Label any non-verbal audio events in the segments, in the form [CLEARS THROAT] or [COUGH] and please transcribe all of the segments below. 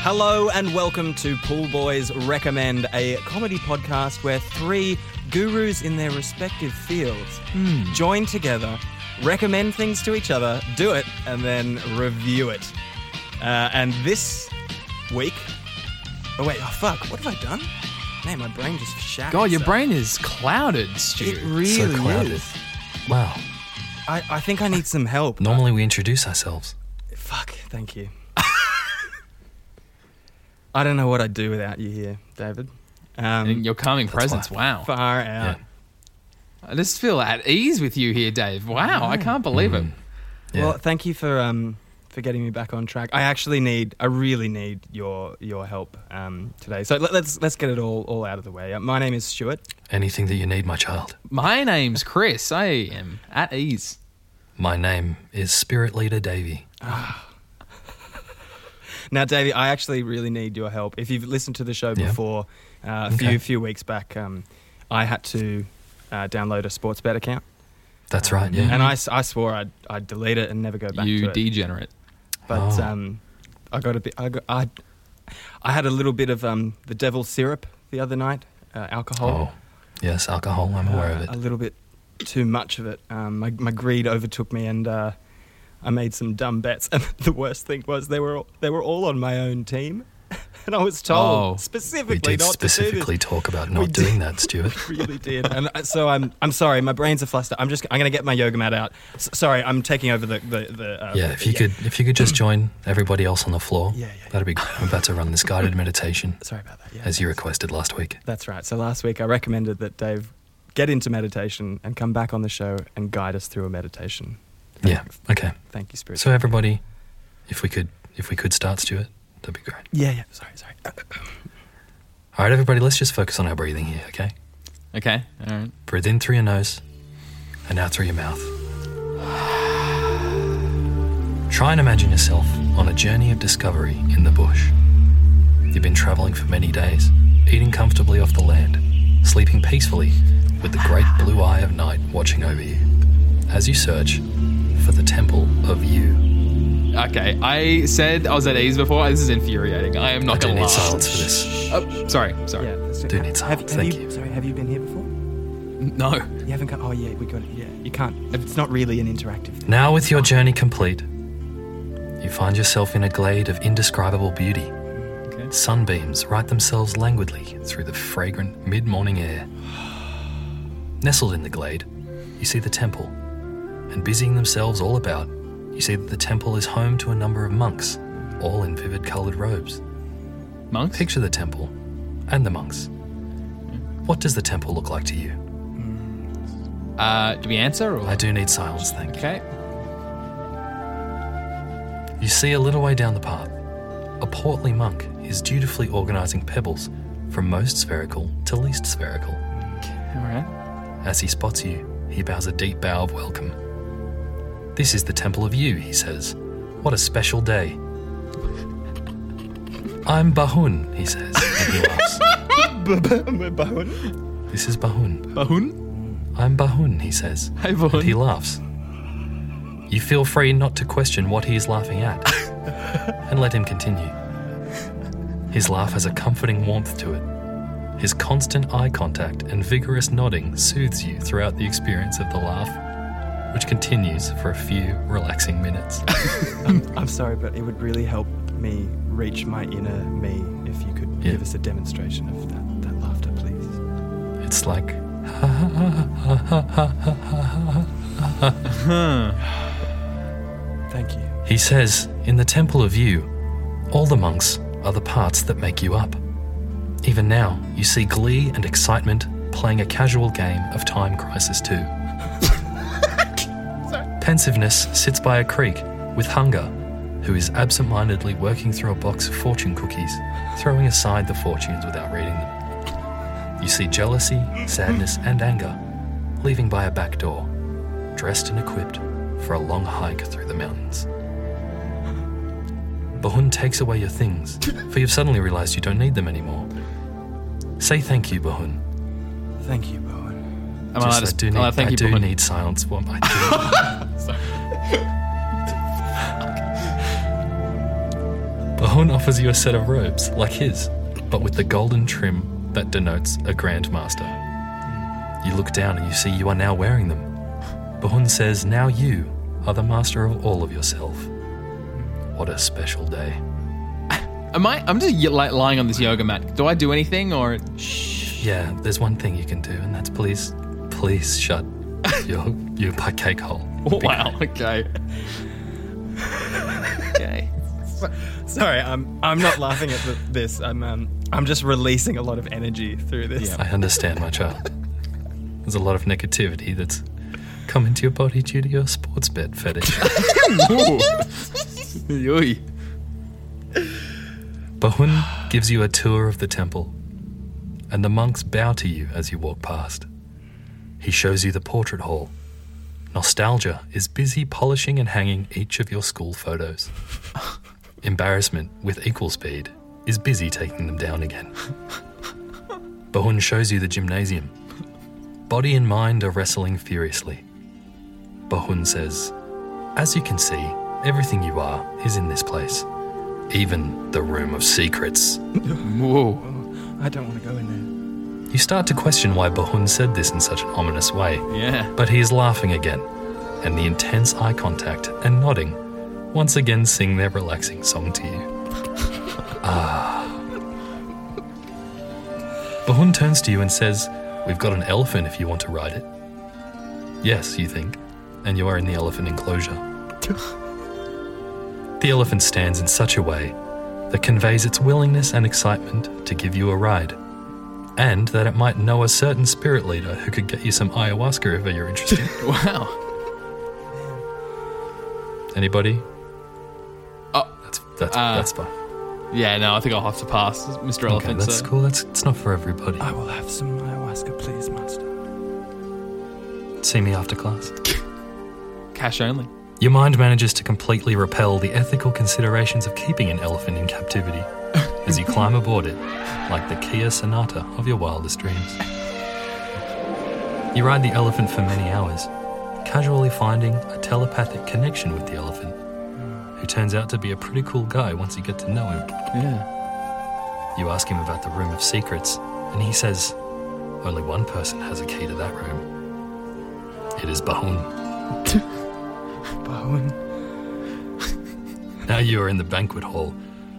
Hello and welcome to Pool Boys Recommend, a comedy podcast where three gurus in their respective fields Hmm. join together, recommend things to each other, do it, and then review it. Uh, and this week. Oh, wait, oh fuck, what have I done? Man, my brain just shattered. God, your itself. brain is clouded, Stu. It really clouded. is. Wow. I, I think I need some help. Normally we introduce ourselves. Fuck, thank you. [LAUGHS] I don't know what I'd do without you here, David. Um, and your calming presence. why. Wow. far out. I just feel at ease with you here, Dave. Wow. I can't believe Mm. it. Yeah. Well, thank you for um, for getting me back on track. I actually need, I really need your your help um, today. So let, let's let's get it all all out of the way. Uh, my name is Stuart. Anything that you need, my child. My name's Chris. I am at ease. My name is Spirit Leader Davy. Now, Davey, I actually really need your help. If you've listened to the show Yeah. before, uh, a Okay. few few weeks back, um, I had to uh, download a sports bet account, Um, That's right, yeah. and I, s- I swore I'd I'd delete it and never go back You to it. degenerate. but Oh. um, I got a bit. I, got, I, I had a little bit of um, the devil syrup the other night, uh, alcohol. Oh, yes, alcohol. I'm aware of Uh, A it. little bit too much of it. Um, my, my greed overtook me, and uh, I made some dumb bets. [LAUGHS] And the worst thing was they were all, they were all on my own team, [LAUGHS] and I was told Oh. We specifically did not [LAUGHS] specifically to talk about We not did. doing [LAUGHS] that, Stuart. do this. really did. And I- so I'm I'm sorry. My brain's a fluster. I'm just I'm gonna get my yoga mat out. S- sorry, I'm taking over the the. the uh, Yeah, the- if you could if you could just join everybody else on the floor, Mm. Yeah, yeah. that'd be great. I'm about to run this guided meditation [LAUGHS] Sorry about that. Yeah. as you requested last week. That's right. So last week I recommended that Dave get into meditation and come back on the show and guide us through a meditation. Yeah. Okay. Thank you, Spirit. So everybody, if we could if we could start, Stuart, that'd be great. yeah, yeah. Sorry, sorry. Uh, All right, everybody, let's just focus on our breathing here, okay? Okay. All right. Breathe in through your nose and out through your mouth. Try and imagine yourself on a journey of discovery in the bush. You've been traveling for many days, eating comfortably off the land, sleeping peacefully with the great blue eye of night watching over you as you search for the temple of you. Okay. I said I was at ease before. This is infuriating. I am I not do going to need lie. silence for this. Oh, sorry. Sorry. Yeah. that's Do need have, have silence, thank you, you. Sorry, have you been here before? No. You haven't come. Oh yeah, we got it. Yeah, you can't. It's not really an interactive thing. Now, with your journey complete, you find yourself in a glade of indescribable beauty. Okay. Sunbeams right themselves languidly through the fragrant mid morning air. Nestled in the glade, you see the temple, and busying themselves all about, you see that the temple is home to a number of monks, all in vivid coloured robes. Monks? Picture the temple and the monks. What does the temple look like to you? Uh, do we answer? Or? I do need silence, thank you. Okay. You see a little way down the path, a portly monk is dutifully organising pebbles from most spherical to least spherical. All right. As he spots you, he bows a deep bow of welcome. This is the temple of you, he says. What a special day. I'm Bahun, he says, and he laughs. This is Bahun. Bahun? I'm Bahun, he says. Hey, And he Bahun. laughs. You feel free not to question what he is laughing at and let him continue. His laugh has a comforting warmth to it. His constant eye contact and vigorous nodding soothes you throughout the experience of the laugh, which continues for a few relaxing minutes. I'm sorry, but it would really help me reach my inner me if you could Yeah. give us a demonstration of that, that laughter, please. It's like Thank you. He says, In the temple of you, all the monks are the parts that make you up. Even now, you see glee and excitement playing a casual game of Time Crisis 2. Pensiveness sits by a creek with Hunger, who is absent mindedly working through a box of fortune cookies, throwing aside the fortunes without reading them. You see jealousy, sadness, and anger leaving by a back door, dressed and equipped for a long hike through the mountains. Bahun takes away your things, for you've suddenly realized you don't need them anymore. Say thank you, Bahun. Thank you, Bowen. Am I allowed Just, to- I do am need, I allowed to thank I you, do Bahun? need silence. What am [LAUGHS] I Bahun offers you a set of robes like his, but with the golden trim that denotes a Grand Master. You look down and you see you are now wearing them. Bahun says, Now you are the master of all of yourself. What a special day. Am I? I'm just y- like lying on this yoga mat. Do I do anything or? Yeah, there's one thing you can do, and that's please, please shut your, your [LAUGHS] cake hole. Wow. Okay. [LAUGHS] okay. Sorry, I'm I'm not laughing at the, this. I'm um, I'm just releasing a lot of energy through this. I understand, my child. There's a lot of negativity that's come into your body due to your sports bet fetish. Oi. Bahun gives you a tour of the temple, and the monks bow to you as you walk past. He shows you the portrait hall. Nostalgia is busy polishing and hanging each of your school photos. Embarrassment, with equal speed, is busy taking them down again. Bahun shows you the gymnasium. Body and mind are wrestling furiously. Bahun says, As you can see, everything you are is in this place, even the room of secrets. Whoa. I don't want to go in You start to question why Bahun said this in such an ominous way, Yeah. but he is laughing again, and the intense eye contact and nodding once again sing their relaxing song to you. ah. Bahun turns to you and says, We've got an elephant if you want to ride it. Yes, you think, and you are in the elephant enclosure. the elephant stands in such a way that conveys its willingness and excitement to give you a ride and that it might know a certain spirit leader who could get you some ayahuasca if you're interested. Wow. Anybody? Oh. That's that's Uh, that's fine. Yeah. No, I think I'll have to pass, Mr. Okay, Elephant. that's so- cool. That's it's not for everybody. Oh. there. I will have some ayahuasca, please, master. See me after class. Cash only. Your mind manages to completely repel the ethical considerations of keeping an elephant in [LAUGHS] captivity as you climb aboard it, like the Kia Sonata of your wildest dreams. You ride the elephant for many hours, casually finding a telepathic connection with the elephant, who turns out to be a pretty cool guy once you get to know him. Yeah. You ask him about the Room of Secrets, and he says, Only one person has a key to that room. It is Bahun. Bowen. Now you are in the banquet hall,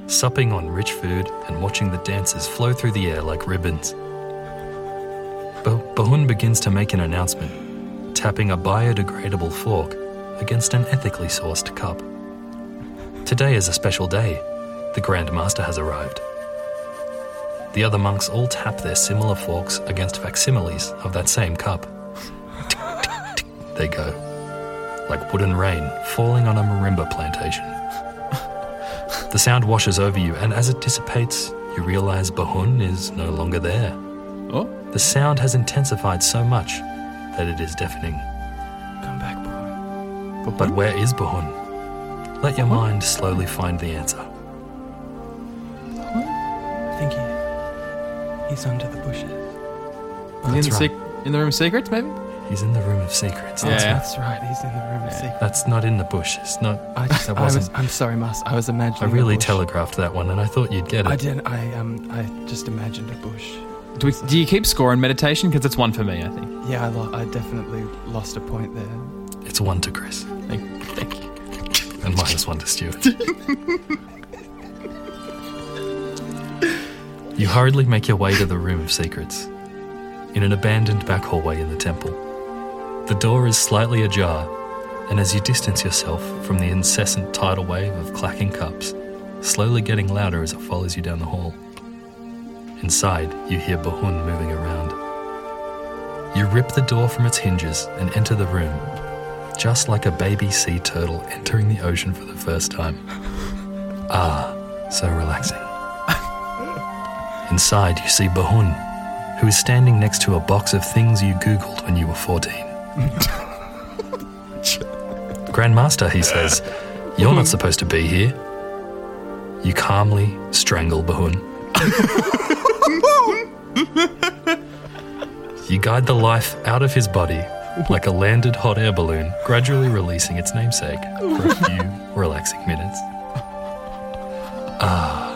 supping on rich food and watching the dances flow through the air like ribbons. Ba- Bahun begins to make an announcement, tapping a biodegradable fork against an ethically sourced cup. Today is a special day. The Grand Master has arrived. The other monks all tap their similar forks against facsimiles of that same cup. Tick, tick, tick, they go, like wooden rain falling on a marimba plantation. The sound washes over you, and as it dissipates, you realize Bahun is no longer there. Oh. The sound has intensified so much that it is deafening. Come back, Bowen. But where is Bahun? Let your mind slowly find the answer. I think he, he's under the bushes. Is he in That's the right. sec- in the room of secrets, maybe? He's in the room of secrets. That's, Yeah. That's right. He's in the room of secrets. that's not in the bush. It's not. I just, [LAUGHS] that I was, wasn't. I'm sorry, master. I was I, imagining. a really bush. telegraphed that one, and I thought you'd get it. I did. I um. I just imagined a bush. Do, we, do you keep score in meditation? Because it's one for me, I think. Yeah, I, lo- I definitely lost a point there. It's one to Chris Thank, thank you. and minus one to Stuart. you hurriedly make your way to the room of secrets, in an abandoned back hallway in the temple. The door is slightly ajar, and as you distance yourself from the incessant tidal wave of clacking cups, slowly getting louder as it follows you down the hall. Inside, you hear Bahun moving around. You rip the door from its hinges and enter the room, just like a baby sea turtle entering the ocean for the first time. Ah, so relaxing. Inside, you see Bahun, who is standing next to a box of things you Googled when you were 14. Grandmaster, he says, you're not supposed to be here. You calmly strangle Bahun. You guide the life out of his body like a landed hot air balloon, gradually releasing its namesake for a few relaxing minutes. Ah.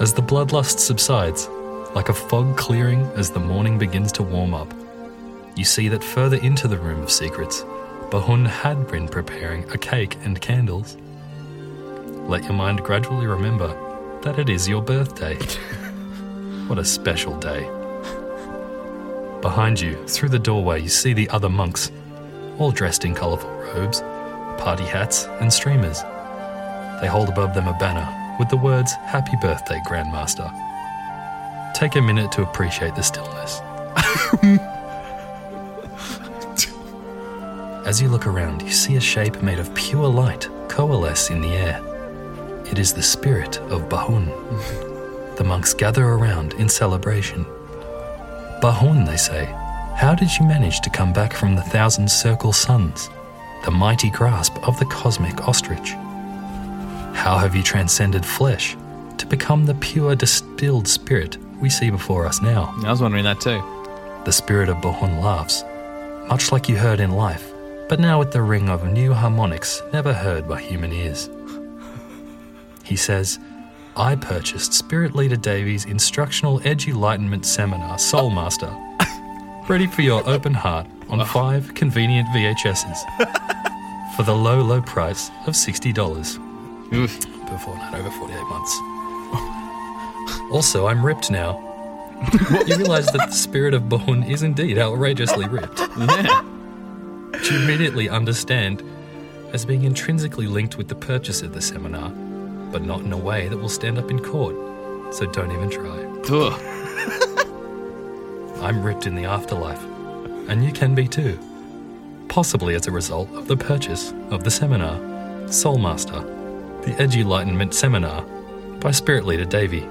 As the bloodlust subsides, like a fog clearing as the morning begins to warm up, you see that further into the Room of Secrets, Bahun had been preparing a cake and candles. Let your mind gradually remember that it is your birthday. what a special day. Behind you, through the doorway, you see the other monks, all dressed in colourful robes, party hats, and streamers. They hold above them a banner with the words, Happy Birthday, Grandmaster. Take a minute to appreciate the stillness. As you look around, you see a shape made of pure light coalesce in the air. It is the spirit of Bahun. the monks gather around in celebration. Bahun, they say, how did you manage to come back from the thousand circle suns, the mighty grasp of the cosmic ostrich? How have you transcended flesh to become the pure distilled spirit we see before us now? I was wondering that too. The spirit of Bohun laughs, much like you heard in life, but now with the ring of new harmonics never heard by human ears. He says, I purchased Spirit Leader Davies' instructional Edge Enlightenment Seminar, Soul Master, ready for your open heart on five convenient VHSs for the low, low price of $60 Oof. before not over 48 months. also, I'm ripped now. you realize that the spirit of Bohun is indeed outrageously ripped, Yeah. which you immediately understand as being intrinsically linked with the purchase of the seminar, but not in a way that will stand up in court. So don't even [LAUGHS] try. Ugh. I'm ripped in the afterlife, and you can be too. Possibly as a result of the purchase of the seminar, Soulmaster, the Edgy Enlightenment Seminar, by Spirit Leader Davy.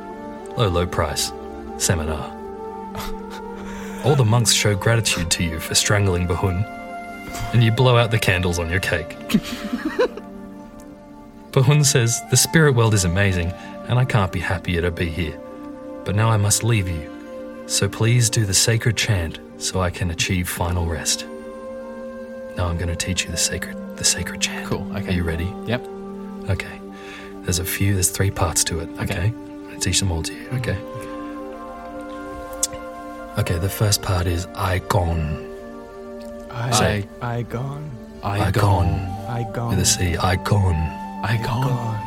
Low, low price. Seminar. [LAUGHS] All the monks show gratitude to you for strangling Bahun, and you blow out the candles on your cake. [LAUGHS] Bahun says, The spirit world is amazing, and I can't be happier to be here. But now I must leave you, so please do the sacred chant so I can achieve final rest. Now I'm going to teach you the sacred, the sacred chant. Cool, okay. Are you ready? Yep. Okay. There's a few, there's three parts to it. Okay. Okay. I'm going to teach them all to you. Okay. Okay, the first part is icon. I, Say- I gone. Icon. I gone. With a C. Icon. Icon. gone.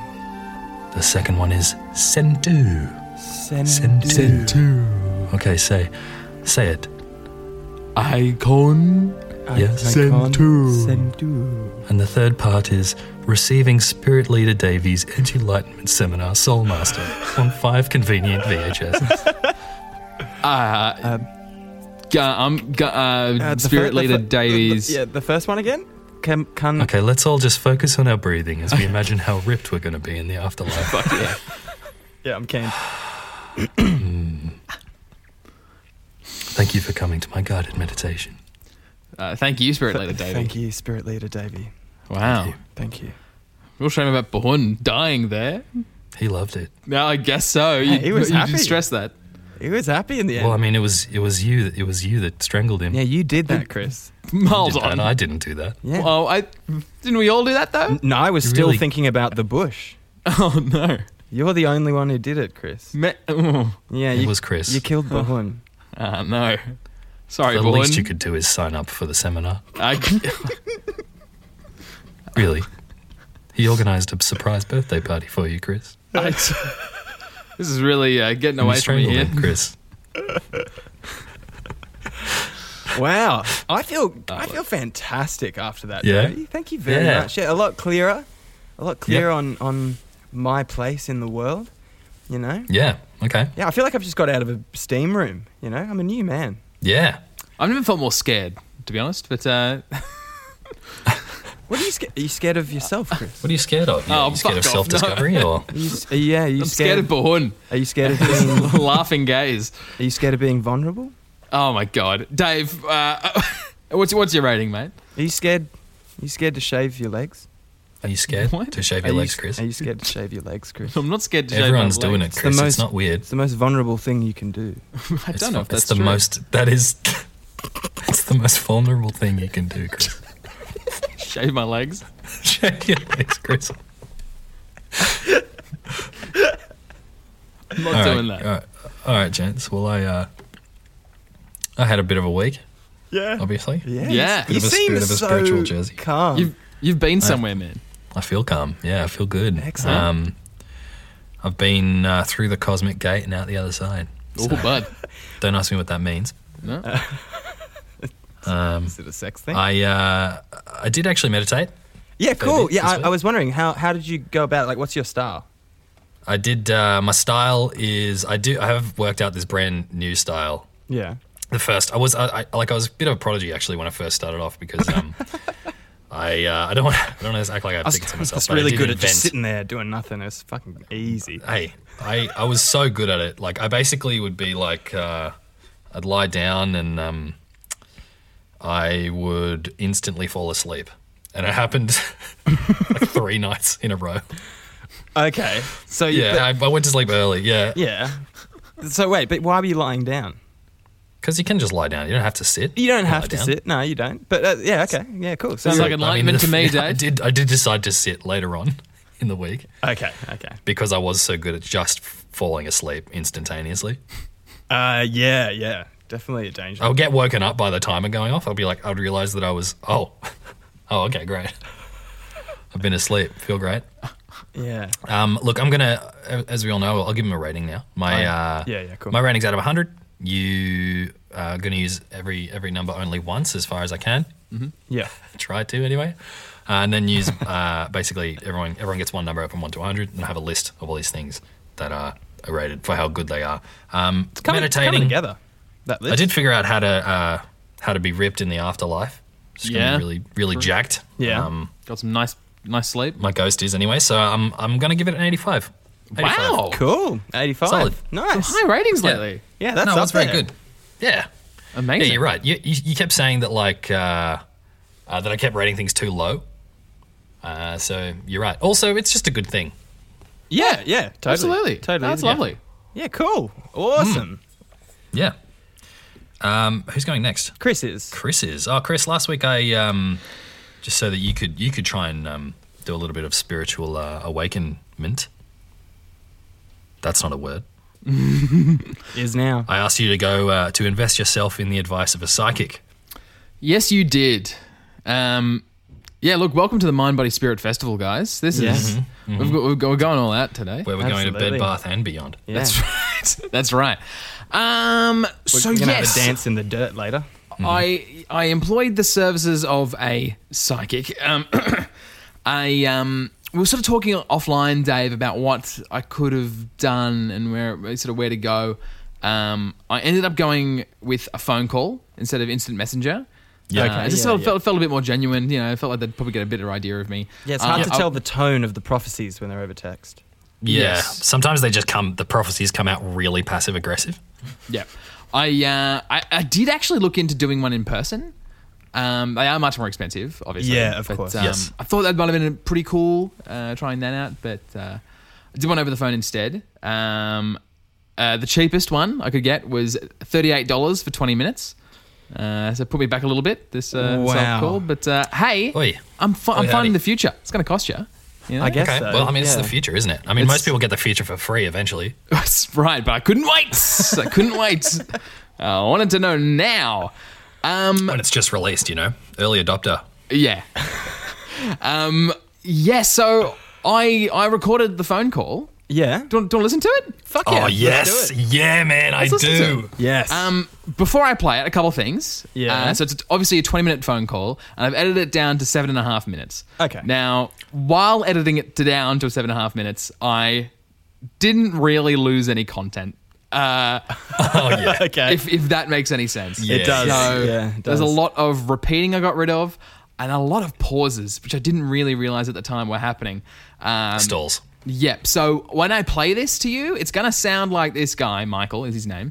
The second one is sendu. Send, Sendu. Okay, say, say it. Icon. Yes. Sendu. Sendu. And the third part is receiving Spirit Leader Davies' Edge Enlightenment Seminar Soul Master on five convenient [LAUGHS] VHS. Uh, Um, gu- um, gu- uh, Uh, the Spirit fir- the Leader fir- the- the- Davies. yeah, the first one again. Can, can, Okay, let's all just focus on our breathing as we imagine how ripped we're going to be in the afterlife. Fuck yeah. Yeah, I'm keen. Thank you for coming to my guided meditation. Uh, thank you, Spirit Leader Davey. Thank you, Spirit Leader Davey. Wow. you. Thank you. Real shame about Bohun dying there. He loved it. No, I guess so. You, he was you happy. did stress that. He was happy in the end. Well, I mean, it was it was you that it was you that strangled him. yeah, You you did that, Chris. Hold did that, on. and I didn't do that. Yeah. Oh, I didn't. We all do that though. [LAUGHS] no, I was You still really- thinking about the bush. Oh no. You're the only one who did it, Chris. Me- oh, Yeah, It you, was Chris. You killed Bahun. ah, no. Sorry, the Bohun. least you could do is sign up for the seminar. I- Really, he organised a surprise birthday party for you, Chris. I- this is really uh, getting And you away from me strangled here. him, Chris. [LAUGHS] Wow, I feel I feel fantastic after that. Uh, Yeah? Jody. thank you very Yeah. much. Yeah, a lot clearer, a lot clearer on on my place in the world. You know, Yeah. Okay. yeah, I feel like I've just got out of a steam room. You know, I'm a new man. Yeah. I've never felt more scared, to be honest. But uh, What are you scared? Are you scared of yourself, Chris? What are you scared of? You, Oh, you scared fuck of off, self-discovery, or Are you, s- are you- yeah, are you I'm scared of [LAUGHS] Bohun. are you scared of [LAUGHS] being? [LAUGHS] Laughing gaze. Are you scared of being vulnerable? Oh my god, Dave. Uh, [LAUGHS] what's what's your rating, mate? Are you scared? Are you scared to shave your legs? are you scared What? to shave Are your you legs, s- Chris? Are you scared to shave your legs, Chris? I'm not scared to. shave my Everyone's doing legs. it, Chris. It's, most- not weird. It's the most vulnerable thing you can do. [LAUGHS] I It's don't know fu- if that's it's the true. most. That is. [LAUGHS] It's the most vulnerable thing you can do, Chris. [LAUGHS] Shave my legs. Shave your legs, Chris. I'm not All right, doing that. All right, all right, gents. Well, I uh, I had a bit of a week, Yeah. obviously. Yeah. Yeah. You Bit of a seem spirit of a so spiritual jersey. calm. You've you've uh, been [LAUGHS] somewhere, man. I feel calm. Yeah, I feel good. Excellent. Um, I've been uh, through the cosmic gate and out the other side. Oh, bud. Don't ask me what that means. No. Um, Is it a sex thing? I uh, I did actually meditate. yeah, cool. did Yeah, this I, week. I was wondering how how did you go about it? Like, what's your style? I did. Uh, my style is I do. I have worked out this brand new style. Yeah. The first I was I, I like I was a bit of a prodigy actually when I first started off because [LAUGHS] um, I uh, I don't want I don't want to act like I have tickets to myself. That's but I really did good at just invent- sitting there doing nothing. It's fucking easy. hey, I, I was so good at it. Like I basically would be like, uh, I'd lie down and um, I would instantly fall asleep, and it happened [LAUGHS] like three nights in a row. Okay. So you- Yeah, I, I went to sleep early. Yeah, but- yeah. [LAUGHS] So wait, but why were you lying down? because you can just lie down. You don't have to sit. You don't Lie have to down. sit. No, you don't. But uh, yeah, okay. Yeah, cool. So Sounds you- like enlightenment the- [LAUGHS] to me, I Dad. did. I did decide to sit later on in the week okay, okay. because I was so good at just f- falling asleep instantaneously. Uh, yeah, yeah. Definitely a danger. I'll get woken up by the timer going off. I'll be like, I'd realize that I was, oh, [LAUGHS] oh, okay, great. I've been asleep. Feel great. Yeah. Um, look, I'm gonna, as we all know, I'll give him a rating now. My uh, Oh, yeah, yeah, cool. My rating's out of 100. You are gonna use every every number only once, as far as I can. [LAUGHS] Yeah. Try to anyway, uh, and then use uh, basically everyone everyone gets one number from one to 100, and have a list of all these things that are rated for how good they are. Um, Coming, it's coming meditating. together. That list. I did figure out how to uh, how to be ripped in the afterlife. Just gonna Yeah. be really really jacked. Yeah. Um, Got some nice nice sleep. my ghost is anyway, so I'm I'm gonna give it an 85. 85. Wow. Cool. 85. Solid. Nice. High ratings lately. Yeah, that's no, up that's very there. good. Yeah. Yeah, Amazing. you're right. You, you, you kept saying that like uh, uh, that I kept rating things too low. Uh, so you're right. Also, it's just a good thing. Yeah, yeah, totally. Absolutely. Totally. That's yeah. lovely. Yeah, cool. Awesome. Yeah. Um, who's going next? Chris is. Chris is. Oh, Chris. Last week I um, just so that you could you could try and um, do a little bit of spiritual uh, awakenment. That's not a word. Is now. I asked you to go uh, to invest yourself in the advice of a psychic. Yes, you did. Um, yeah, look, welcome to the Mind Body Spirit Festival, guys. This Yeah. Mm-hmm. is We've got, we've got, we're going all out today. Where we're going to Absolutely. Bed Bath and beyond. Yeah. [LAUGHS] That's right. That's right. Um, We're so gonna yes, have a dance in the dirt later. I I employed the services of a psychic. Um, [COUGHS] I um, we were sort of talking offline, Dave, about what I could have done and where sort of where to go. Um, I ended up going with a phone call instead of instant messenger. Yeah. Uh, Okay, it just yeah, felt, yeah. felt felt a bit more genuine. You know, I felt like they'd probably get a better idea of me. Yeah, it's hard Uh, to I- tell the tone of the prophecies when they're over text. Yeah. Yes. Sometimes they just come. The prophecies come out really passive aggressive. Yeah, I, uh, I I did actually look into doing one in person. Um, they are much more expensive, obviously. Yeah, of but, course. Um, Yes. I thought that might have been pretty cool uh, trying that out, but uh, I did one over the phone instead. Um, uh, the cheapest one I could get was thirty-eight dollars for twenty minutes. Uh, so it put me back a little bit this uh, this Wow. old call, but uh, hey, Oi. I'm fi- Oi, I'm howdy. finding the future. It's going to cost you. you know? I guess Okay. so. well, I mean, it's yeah. the future, isn't it? I mean, It's- most people get the future for free eventually. That's [LAUGHS] right, but I couldn't wait. [LAUGHS] I couldn't wait. [LAUGHS] Uh, I wanted to know now. Mm. When it's just released, you know, early adopter. Yeah. [LAUGHS] um. Yeah. So I I recorded the phone call. Yeah. Do you want, do you want to listen to it? Fuck oh yes, do yeah, man, I Let's listen do. to Yes. Um. Before I play it, a couple of things. Yeah. Uh, so it's obviously a twenty minute phone call, and I've edited it down to seven and a half minutes. Okay. Now, while editing it to down to seven and a half minutes, I didn't really lose any content. Uh, Oh [LAUGHS] yeah, okay. if if that makes any sense. it Yeah. does. So yeah, it there's does. a lot of repeating I got rid of, and a lot of pauses, which I didn't really realize at the time were happening. Um, stalls. Yep. So when I play this to you, it's going to sound like this guy, Michael is his name.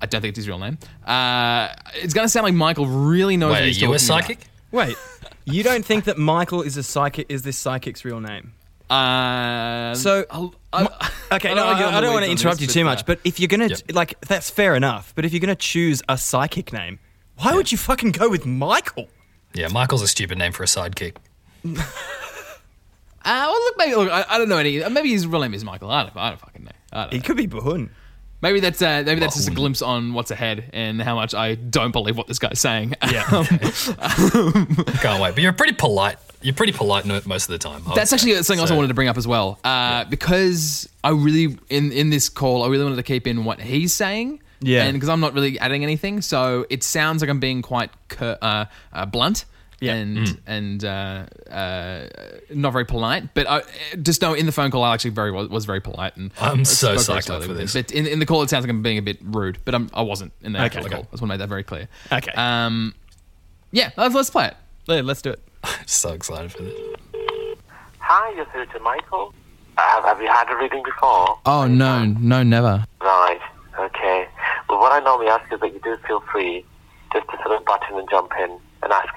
I don't think it's his real name. Uh, it's going to sound like Michael really knows Wait, what are he's you a talking about. psychic? Wait, you don't think that Michael is a psychic? Is this psychic's real name? Um, So- I'll- I- [LAUGHS] Okay, no, I, I don't wanna get on I the don't want to weeds on interrupt this, you too but, much, uh, but if you're gonna Yep. like, that's fair enough. But if you're gonna choose a psychic name, why would you fucking go with Michael? Yeah, Michael's a stupid name for a sidekick. Uh, well, look, maybe look, I, I don't know any. Maybe his real name is Michael. I don't, I don't fucking know. I don't He could be Bahun. Maybe that's uh, maybe that's just a glimpse on what's ahead and how much I don't believe what this guy's saying. [LAUGHS] [LAUGHS] Yeah. Can't wait. But you're pretty polite. You're pretty polite no- most of the time. I would That's say. actually something else I So- wanted to bring up as well, uh, because I really in in this call I really wanted to keep in what he's saying, Yeah. and because I'm not really adding anything, so it sounds like I'm being quite cur- uh, uh, blunt. Yeah. And Mm. and uh, uh, not very polite, but I, just know in the phone call I actually very was, was very polite and I'm so spoke psyched very up slowly for with him. this. But in, in the call it sounds like I'm being a bit rude, but I'm, I wasn't in the actual Okay, call. okay. I just want to make that very clear. Okay. Um, yeah, let's, let's play it. Yeah, Let's do it. so excited for this. Hi, you're through to Michael. Uh, have you had a reading before? Uh, Oh no, no, never. Right, okay. Well, what I normally ask is that you do feel free just to sort of butt in and jump in and ask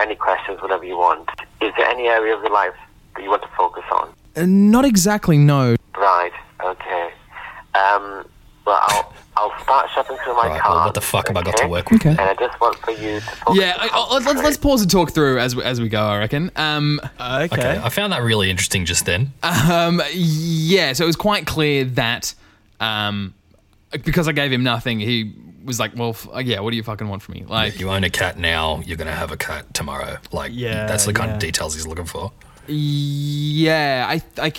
any questions whenever you want. Is there any area of your life that you want to focus on? Not exactly. No. Right, okay. Um, well, I'll, I'll start shuffling through my Right, cards. well, what the fuck have I got to okay? work with? Okay. And I just want for you to focus Yeah, I, I, let's, let's pause and talk through as we, as we go. I reckon. Um, Okay. Okay, I found that really interesting just then. um, yeah. So it was quite clear that, um, because I gave him nothing, he was like, "Well, f- uh, yeah, what do you fucking want from me?" Like, you own a cat now, you're going to have a cat tomorrow. Like, Yeah, that's the kind yeah. of details he's looking for. yeah, I like.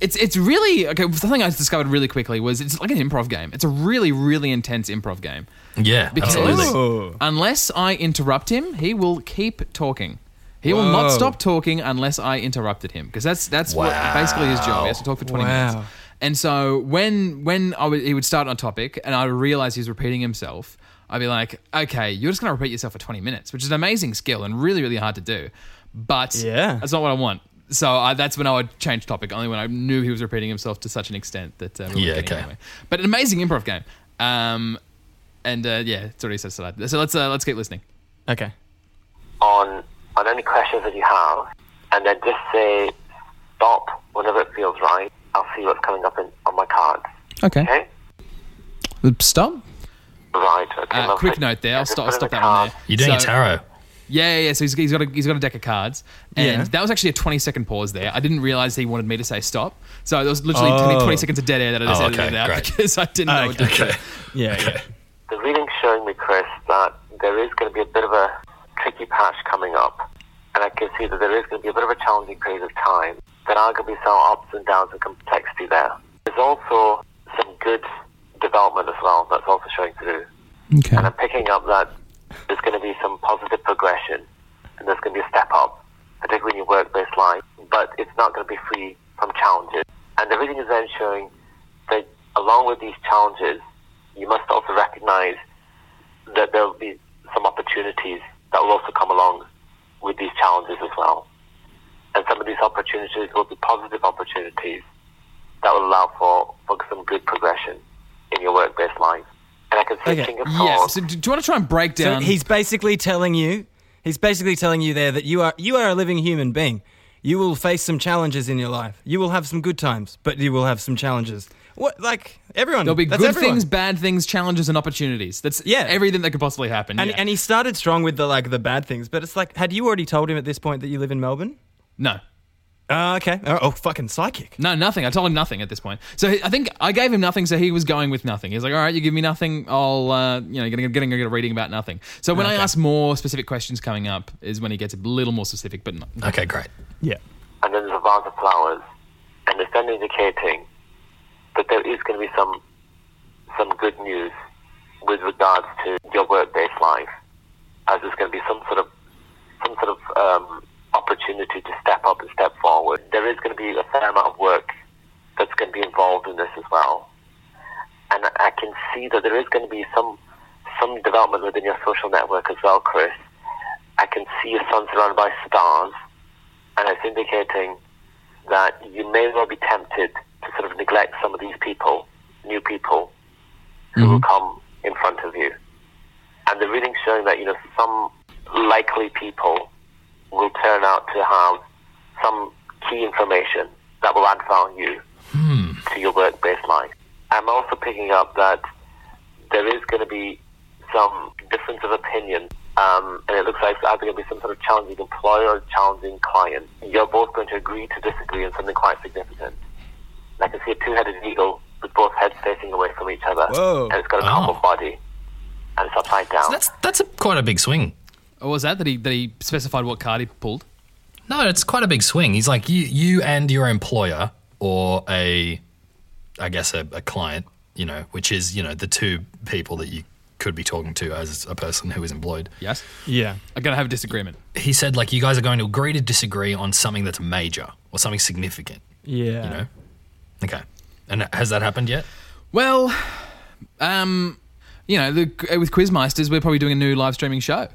It's it's really okay. Something I discovered really quickly was it's like an improv game. It's a really really intense improv game. Yeah, Because absolutely. Ooh. unless I interrupt him, he will keep talking. He will Whoa. not stop talking unless I interrupted him because that's that's what Wow. basically his job. He has to talk for twenty Wow. minutes. And so when when I would, he would start on topic and I would realize he's repeating himself, I'd be like, okay, you're just going to repeat yourself for twenty minutes, which is an amazing skill and really really hard to do. But Yeah. that's not what I want. So I, that's when I would change topic. Only when I knew he was repeating himself to such an extent that uh, we Yeah, yeah, okay. okay. But an amazing improv game. Um, and uh, yeah, it's already said so. So let's uh, let's keep listening. Okay. on on any questions that you have, and then just say stop whenever it feels right. I'll see what's coming up in, on my cards. Okay. Okay. Stop. Right. Okay. Uh, lovely. quick note there. Yeah, I'll just stop. put I'll in stop the that one card. there. You're doing so, your tarot. Yeah, yeah. yeah. So he's, he's got a he's got a deck of cards, and Yeah. that was actually a twenty second pause there. I didn't realize he wanted me to say stop. So there was literally 20, Oh. 20 seconds of dead air that I just Oh, edited okay, out great. because I didn't know. what to do. Okay. Yeah. yeah. The reading's showing me, Chris, that there is going to be a bit of a tricky patch coming up, and I can see that there is going to be a bit of a challenging period of time. There are going to be some ups and downs and complexity there. There's also some good development as well that's also showing through. Okay. And I'm picking up that there's going to be some positive progression and there's going to be a step up, particularly in your workplace life, but it's not going to be free from challenges. And the reading is then showing that along with these challenges, you must also recognize that there will be some opportunities that will also come along with these challenges as well. And some of these opportunities will be positive opportunities that will allow for, for some good progression in your work-based life. And I can see Okay. fingers Yes. crossed. So do, do you want to try and [LAUGHS] break So down? he's basically telling you, he's basically telling you there that you are you are a living human being. You will face some challenges in your life. You will have some good times, but you will have some challenges. What like everyone? There'll be that's good everyone. things, bad things, challenges, and opportunities. That's Yeah. everything that could possibly happen. And yeah. and he started strong with the like the bad things, but it's like, had you already told him at this point that you live in Melbourne? no, Uh, okay. Oh, oh, fucking psychic. no, nothing. I told him nothing at this point. So he, I think I gave him nothing. So he was going with nothing. He's like, "All right, you give me nothing. I'll, uh, you know, getting getting get a reading about nothing." So when I ask more specific questions coming up is when he gets a little more specific, but not. Okay, great. Yeah. and then there's a vase of flowers, and it's then indicating that there is going to be some some good news with regards to your work-based life, as there's going to be some sort of some sort of um, opportunity to step up and step forward. There is going to be a fair amount of work that's going to be involved in this as well, and I I can see that there is going to be some some development within your social network as well, Chris. I can see your sun surrounded by stars and it's indicating that you may well be tempted to sort of neglect some of these people, new people, who will come in front of you. And the reading's showing that, you know, some likely people will turn out to have some key information that will add value to your work-based life. I'm also picking up that there is going to be some difference of opinion, um, and it looks like it's either going to be some sort of challenging employer or challenging client. You're both going to agree to disagree on something quite significant. And I can see a two-headed eagle with both heads facing away from each other. Whoa. And it's got a Oh. normal body, and it's upside down. So that's that's a, quite a big swing. Or oh, was that that he that he specified what card he pulled? No, it's quite a big swing. He's like you, you and your employer, or a, I guess a, a client. You know, which is you know the two people that you could be talking to as a person who is employed. Yes. Yeah. I'm gonna have a disagreement. He said like you guys are going to agree to disagree on something that's major or something significant. Yeah. You know. Okay. And has that happened yet? Well, um, you know, the, uh, with Quizmeisters, we're probably doing a new live streaming show,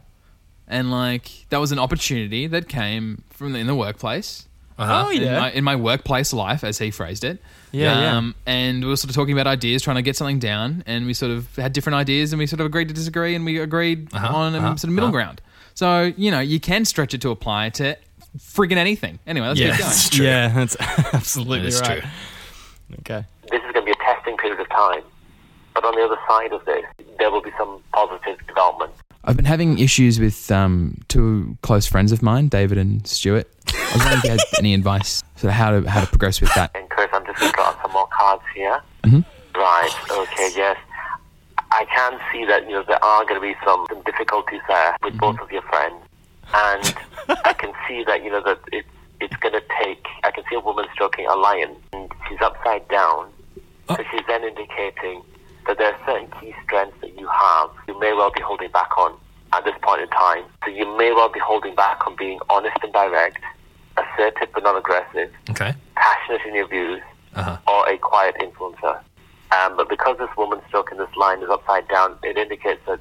and like that was an opportunity that came from the, in the workplace. Uh-huh. Oh, in yeah. my, in my workplace life, as he phrased it. Yeah, yeah. Um, And we were sort of talking about ideas, trying to get something down, and we sort of had different ideas, and we sort of agreed to disagree, and we agreed Uh-huh, on a uh-huh, sort of middle uh-huh. ground. So you know, you can stretch it to apply to friggin' anything. Anyway, let's Yeah, keep going. it's true. Yeah, that's [LAUGHS] absolutely It is right. true. Okay. this is going to be a testing period of time. But on the other side of this, there will be some positive development. I've been having issues with um, two close friends of mine, David and Stuart. I was wondering if you had any advice sort of how to how to progress with that. And Chris, I'm just going to draw out some more cards here. Right, okay, yes. I can see that, you know, there are going to be some, some difficulties there with both of your friends. And I can see that, you know, that it's, it's going to take, I can see a woman stroking a lion, and she's upside down. So she's then indicating that there are certain key strengths that you have you may well be holding back on at this point in time. So you may well be holding back on being honest and direct, assertive but not aggressive, Okay. passionate in your views, Uh-huh. or a quiet influencer. Um, but because this woman's stroke in this line is upside down, it indicates that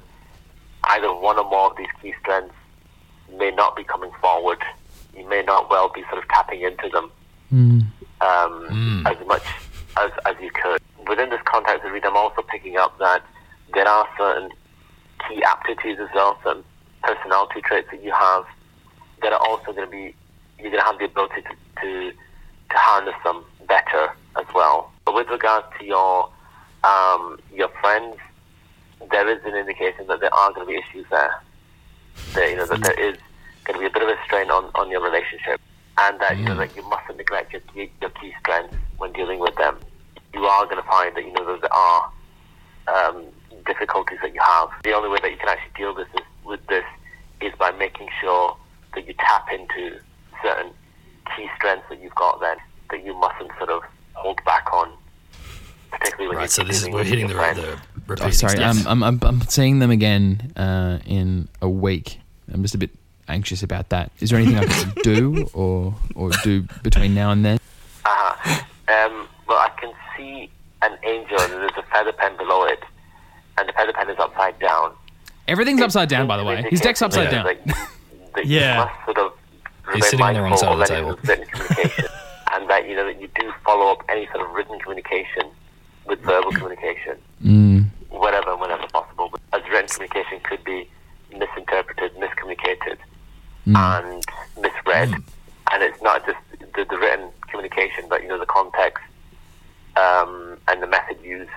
either one or more of these key strengths may not be coming forward. You may not well be sort of tapping into them um, as much as, as you could. Within this context, I read, I'm also picking up that there are certain key aptitudes as well, certain personality traits that you have that are also going to be, you're going to have the ability to, to, to harness them better as well. But with regards to your, um, your friends, there is an indication that there are going to be issues there that you know that there is going to be a bit of a strain on, on your relationship, and that you Mm. know that you mustn't neglect your key, your key strengths when dealing with them. You are going to find that you know that there are um, difficulties that you have. The only way that you can actually deal with this with this is by making sure that you tap into certain key strengths that you've got. Then that you mustn't sort of hold back on, particularly when Right. you're So this is dealing we're with hitting the your friends. the repeating Oh, sorry, stuff. um, I'm, I'm I'm seeing them again uh, in a week. I'm just a bit anxious about that. Is there anything I can [LAUGHS] do or or do between now and then? Um, well, I can see an angel, and there's a feather pen below it, and the feather pen is upside down. Everything's upside down, by the way. His deck's upside Yeah. down. Like, that you Yeah. must sort of remain sitting on the wrong side mindful of the any table. sort of written [LAUGHS] communication, and that you know that you do follow up any sort of written communication with verbal communication, wherever and whenever possible. As written communication could be misinterpreted, miscommunicated, and misread, and it's not just the, the written communication, but you know the context um, and the method used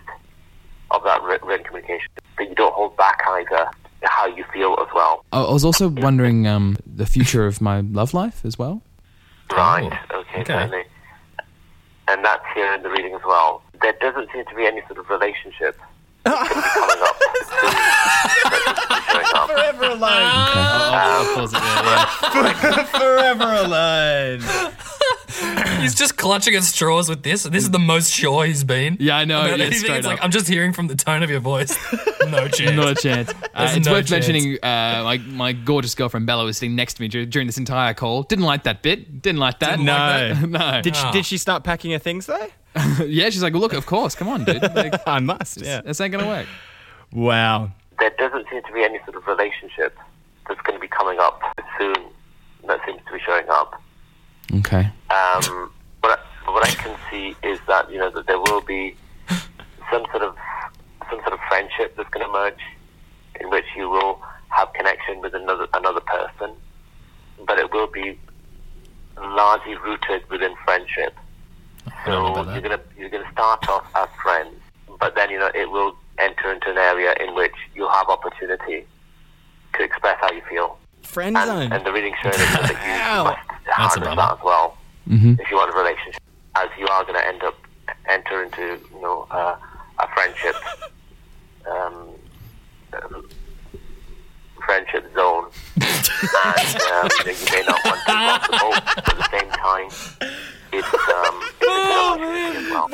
of that writ- written communication. But you don't hold back either how you feel as well. I I was also wondering um, the future of my love life as well. Right. Oh, okay. okay. Certainly. And that's here in the reading as well. There doesn't seem to be any sort of relationship that's gonna be coming up. That's gonna be showing up. Forever Ah. alone. Oh, Forever alone. He's just clutching at straws with this. This is the most sure he's been. Yeah, I know, About yeah, anything. straight it's like up. I'm just hearing from the tone of your voice. No chance. [LAUGHS] Not a chance. Uh, There's it's no worth chance. mentioning. Uh, my my gorgeous girlfriend Bella was sitting next to me dur- during this entire call. Didn't like that bit. Didn't like that. no. [LAUGHS] no. Did, she, Oh. did she start packing her things though? yeah, she's like, look, of course, come on, dude. [LAUGHS] Like, I must. Yeah. this ain't gonna work. Wow. There doesn't seem to be any sort of relationship that's going to be coming up soon that seems to be showing up. Okay. Um, what, I, what I can see is that you know that there will be some sort of some sort of friendship that's going to emerge, in which you will have connection with another another person, but it will be largely rooted within friendship. So about that. you're gonna you're gonna start off as friends, but then you know it will enter into an area in which you'll have opportunity to express how you feel Friend and, and zone. the reading showed us that [LAUGHS] you Ow. must harness a bummer. that as well if you want a relationship, as you are going to end up further into you know uh, a friendship um, um, friendship zone, [LAUGHS] and um, you may not want to rock the boat. But at the same time, it's um, it's oh,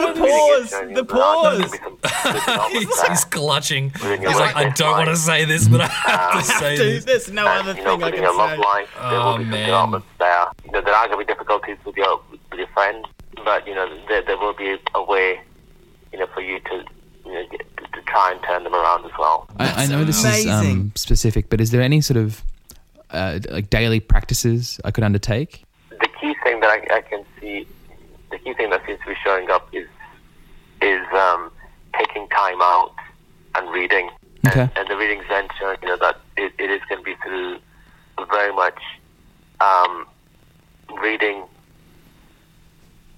The pause, the pause. [LAUGHS] He's clutching. Living your He's like, I life best don't want to life. say this, [LAUGHS] but I have to say Dude, this. there's no other and, you know, thing I within your love can say. life, there will Oh, be some man. developments there. You know, there are going to be difficulties with your with your friends, but you know, there, there will be a way, you know, for you to you know get, to, to try and turn them around as well. I, I know this is amazing. um, specific, but is there any sort of uh, like daily practices I could undertake? The key thing that I, I can see, the key thing that seems to be showing up is is um, taking time out and reading. Okay. and the reading's then showing you know that it, it is going to be through very much um, reading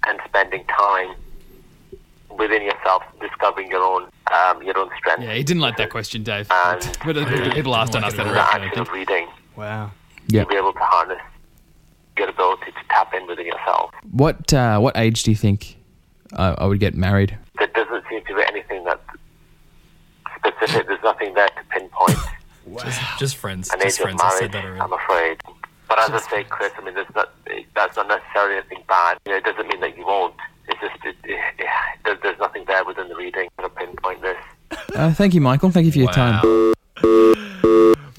and spending time within yourself, discovering your own um, your own strength. Yeah, he didn't like that question, Dave. Uh, And But the- the people asked on us that the directly. I action think. of reading, Wow. Yeah. you'll be able to harness your ability to tap in within yourself. What uh, what age do you think uh, I, I would get married? There doesn't seem to be anything that's specific. There's nothing there to pinpoint. Just friends. an Just age of friends. I said marriage, that already. I'm afraid. But as I say, Chris, I mean, there's not, that's not necessarily anything bad. You know, it doesn't mean that you won't. It's just, it, it, it, there- there's nothing there within the reading to pinpoint this. Uh, thank you, Michael. Thank you for your time.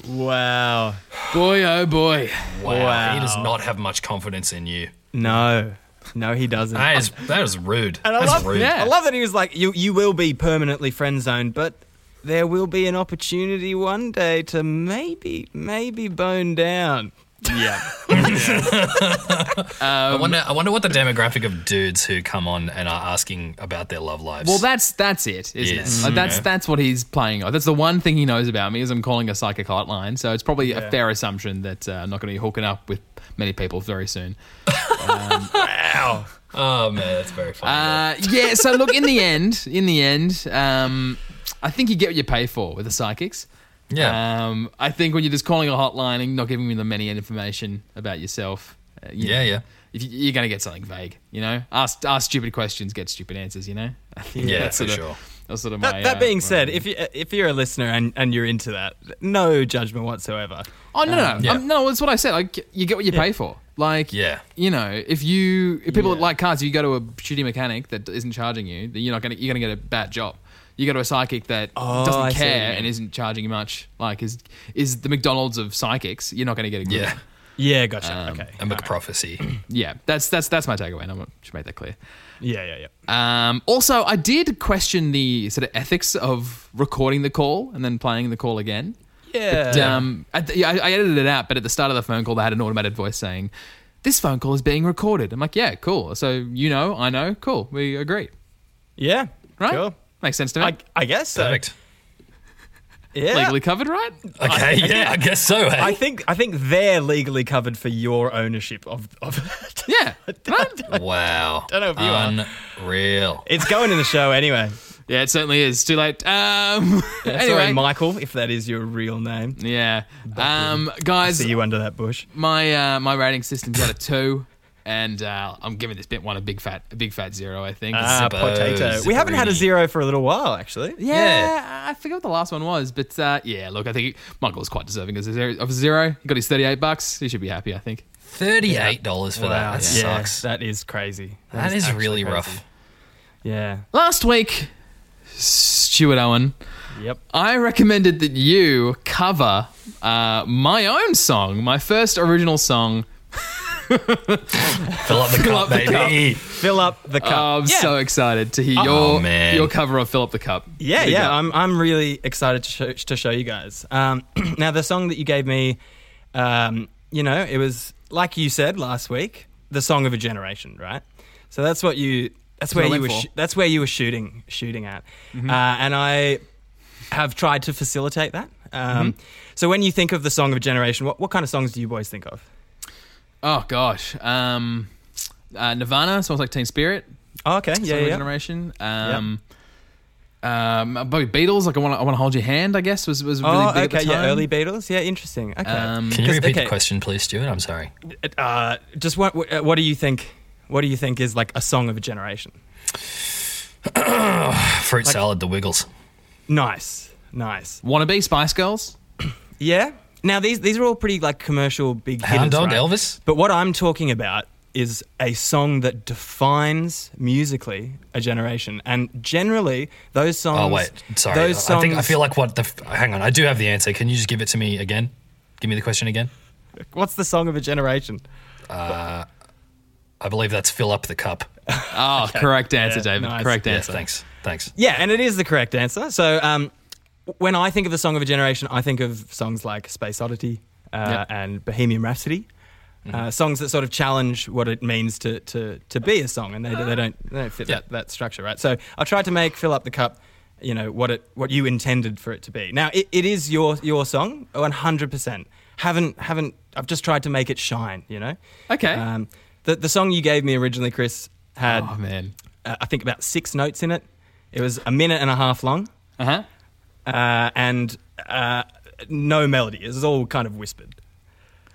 Wow. Boy, oh boy. Wow, He does not have much confidence in you. No, no, he doesn't. That is that is rude. And I That's love, rude. I love that he was like, "You, you will be permanently friend zoned, but there will be an opportunity one day to maybe, maybe bone down." Um, I wonder. I wonder what the demographic of dudes who come on and are asking about their love lives. Well, that's that's it, isn't Yes. it? Like, that's Yeah. that's what he's playing on. That's the one thing he knows about me is I'm calling a psychic hotline. So it's probably a fair assumption that uh, I'm not going to be hooking up with many people very soon. oh man, that's very funny. Uh, yeah. So look, in the end, in the end, um, I think you get what you pay for with the psychics. yeah, Um, I think when you're just calling a hotline and not giving me the many information about yourself, uh, you yeah, know, yeah, If you, you're going to get something vague, you know, ask ask stupid questions, get stupid answers, you know. [LAUGHS] I think yeah, that's for sort of- sure. That's sort of That, my, that uh, being my- said, if you if you're a listener and, and you're into that, no judgment whatsoever. Oh no, no, yeah. um, no! That's what I said. Like you get what you pay for. Like Yeah. you know, if you if people that like cars, if you go to a shitty mechanic that isn't charging you, then you're not gonna you're gonna get a bad job. You go to a psychic that Oh, doesn't I see what you care mean. and isn't charging you much. Like is is the McDonald's of psychics. You're not gonna get a good yeah. Yeah, gotcha. Um, okay. A McProphecy. yeah. That's that's that's my takeaway, and I want- should make that clear. Yeah, yeah, yeah. Um, also, I did question the sort of ethics of recording the call and then playing the call again. Yeah. um, at the, yeah, I, I edited it out, but at the start of the phone call, they had an automated voice saying, "This phone call is being recorded." I'm like, "Yeah, cool." So you know, I know, cool. We agree, yeah. right? Cool. Makes sense to me. I, I guess so. Perfect. Yeah. Legally covered, right? Okay, yeah, I guess so. Hey? I think I think they're legally covered for your ownership of, of it. [LAUGHS] Yeah, right? wow. don't know if you are. Unreal. It's going in the show anyway. [LAUGHS] yeah. It certainly is. Too late. Um, [LAUGHS] Sorry, anyway, Michael, if that is your real name. yeah, um, guys, See you under that bush. my uh, my rating system's out of two. And uh, I'm giving this bit one a big fat, a big fat zero. I think. Ah, Zippos, potato. We haven't had a zipperini. zero for a little while, actually. Yeah, I forget what the last one was, but uh, yeah, look, I think Michael was quite deserving of a zero. Of a zero. He got his thirty-eight bucks. He should be happy, I think. Thirty-eight dollars for that. That Yeah, sucks. that is crazy. that is, actually really crazy. rough. Yeah. Last week, Stuart Owen, Yep. I recommended that you cover uh, my own song, my first original song. Fill up the cup, up the baby. Fill up the cup. Oh, I'm yeah. so excited to hear your Oh, man. your cover of "Fill Up the Cup." yeah, What do you yeah. got? I'm, I'm really excited to show, to show you guys. Um, [CLEARS THROAT] now, the song that you gave me, um, you know, it was, like you said last week, the song of a generation, right? So that's what you. That's where what I you were. went Sh- for. Mm-hmm. that's where you were shooting, shooting at, uh, and I have tried to facilitate that. Um, Mm-hmm. So when you think of the song of a generation, what, what kind of songs do you boys think of? Oh gosh, um, uh, Nirvana smells like Teen Spirit. Oh, okay, yeah, Sort of yeah, yeah. generation. Um, um, probably Beatles. Like I want, I want to hold your hand. I guess was was really Oh, big at okay, the time. yeah, early Beatles, yeah, interesting. Okay, Um, Can [LAUGHS] you 'Cause- repeat okay. the question, please, Stuart? I'm sorry. uh, just what what do you think? What do you think is like a song of a generation? Fruit salad, the Wiggles. Nice, nice. Wannabe Spice [LAUGHS] Girls? Yeah. Now these these are all pretty like commercial big hitters, Hound Dog, right? Elvis. But what I'm talking about is a song that defines musically a generation, and generally those songs. Oh wait, sorry. Those songs. I think I feel like what the. f- Hang on, I do have the answer. Can you just give it to me again? Give me the question again. What's the song of a generation? I believe that's fill up the cup. Oh, correct answer, Yeah, David. nice. Correct Yeah, Yeah, answer. thanks, [LAUGHS] thanks. Yeah, and it is the correct answer. So um, when I think of the song of a generation, I think of songs like Space Oddity uh, and Bohemian Rhapsody. Uh, songs that sort of challenge what it means to, to, to be a song, and they, they don't they don't fit Yeah. that, that structure, right? So I tried to make fill up the cup, you know what it what you intended for it to be. Now it, it is your your song, one hundred percent. Haven't haven't I've just tried to make it shine, you know. Okay. Um, the the song you gave me originally, Chris, had Oh, man. uh, I think about six notes in it. It was a minute and a half long, Uh huh. uh, and uh, no melody. It was all kind of whispered.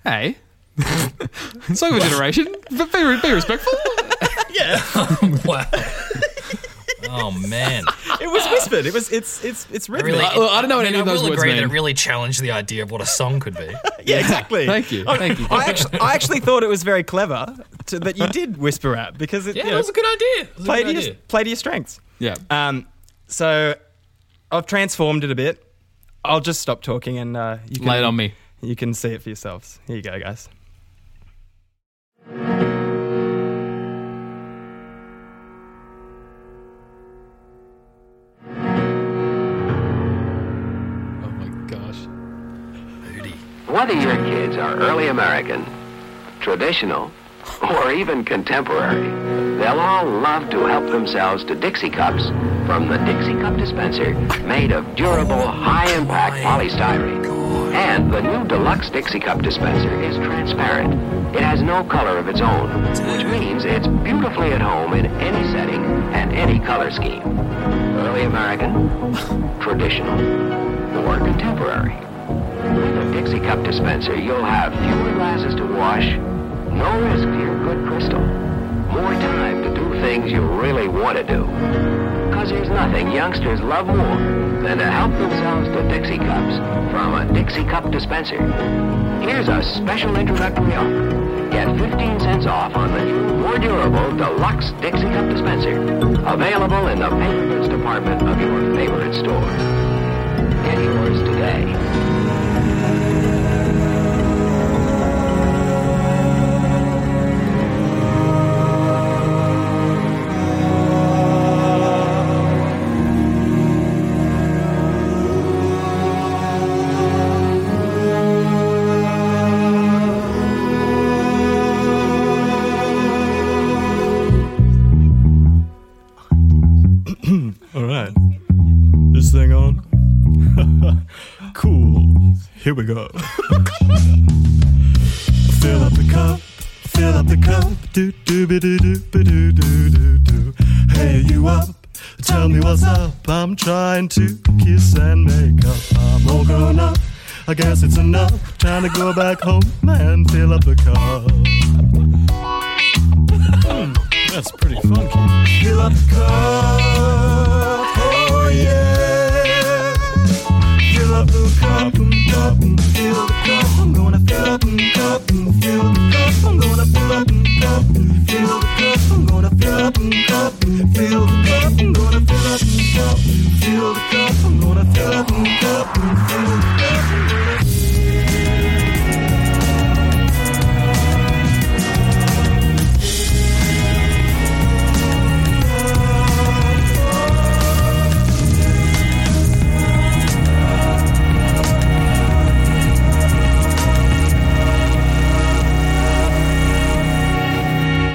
Hey. [LAUGHS] Song of [LAUGHS] a generation. But be, be respectful. Wow. [LAUGHS] oh man. It was whispered. It was it's it's it's rhythmic. Really, I- I don't know what I mean, any of I those will words agree that mean. it really challenged the idea of what a song could be. yeah, exactly. Thank you. I, Thank you. I actually I actually thought it was very clever to, that you did whisper rap because it you know, good idea. It was play to your, play to your strengths. Yeah. Um, so I've transformed it a bit. I'll just stop talking and uh, you can Lay it on me. You can see it for yourselves. Here you go, guys. Oh, my gosh. Whether your kids are early American, traditional, or even contemporary, they'll all love to help themselves to Dixie Cups from the Dixie Cup dispenser made of durable, high-impact polystyrene. And the new deluxe Dixie Cup dispenser is transparent. It has no color of its own, which means it's beautifully at home in any setting and any color scheme. Early American, traditional, or contemporary. With a Dixie Cup dispenser, you'll have fewer glasses to wash, no risk to your good crystal, more time to do things you really want to do. Because there's nothing youngsters love more than to help themselves to Dixie Cups from a Dixie Cup dispenser. Here's a special introductory offer. Get 15 cents off on the new, more durable deluxe Dixie Cup dispenser. Available in the paper goods department of your favorite store. Get yours today. All right. This thing on? cool. Here we go. fill up the cup. Fill up the cup. Do do be do do be do do do do. Hey, you up? Tell me what's up. I'm trying to kiss and make up. I'm all grown up. I guess it's enough. Trying to go back home and fill up the cup. Hmm, That's pretty funky. Fill up the cup, oh yeah. Fill up the cup, mm, cup, mm, fill the cup. I'm gonna fill up, mm, cup, mm, fill the cup. I'm gonna fill up, mm, cup, mm, fill the cup. I'm gonna fill up, mm, cup, mm, fill the cup. I'm gonna fill up, mm, cup, mm, fill the cup. I'm gonna fill up, mm, cup, mm, fill the cup. I'm gonna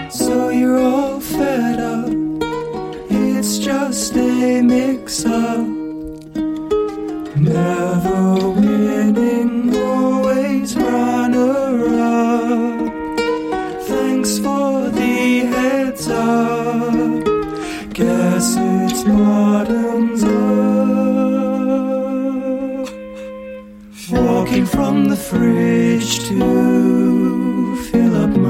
So you're all fed up. It's just a mix up. Never winning, always runner up. Thanks for the heads up. Guess it's bottoms up. Walking from the fridge to fill up my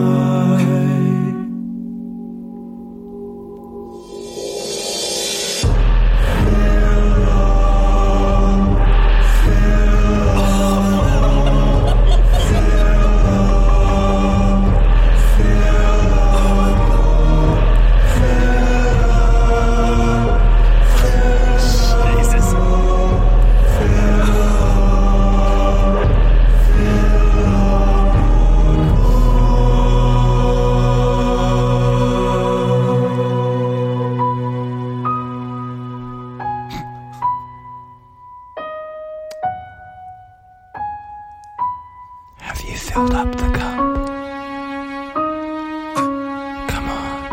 filled up the cup. Come on,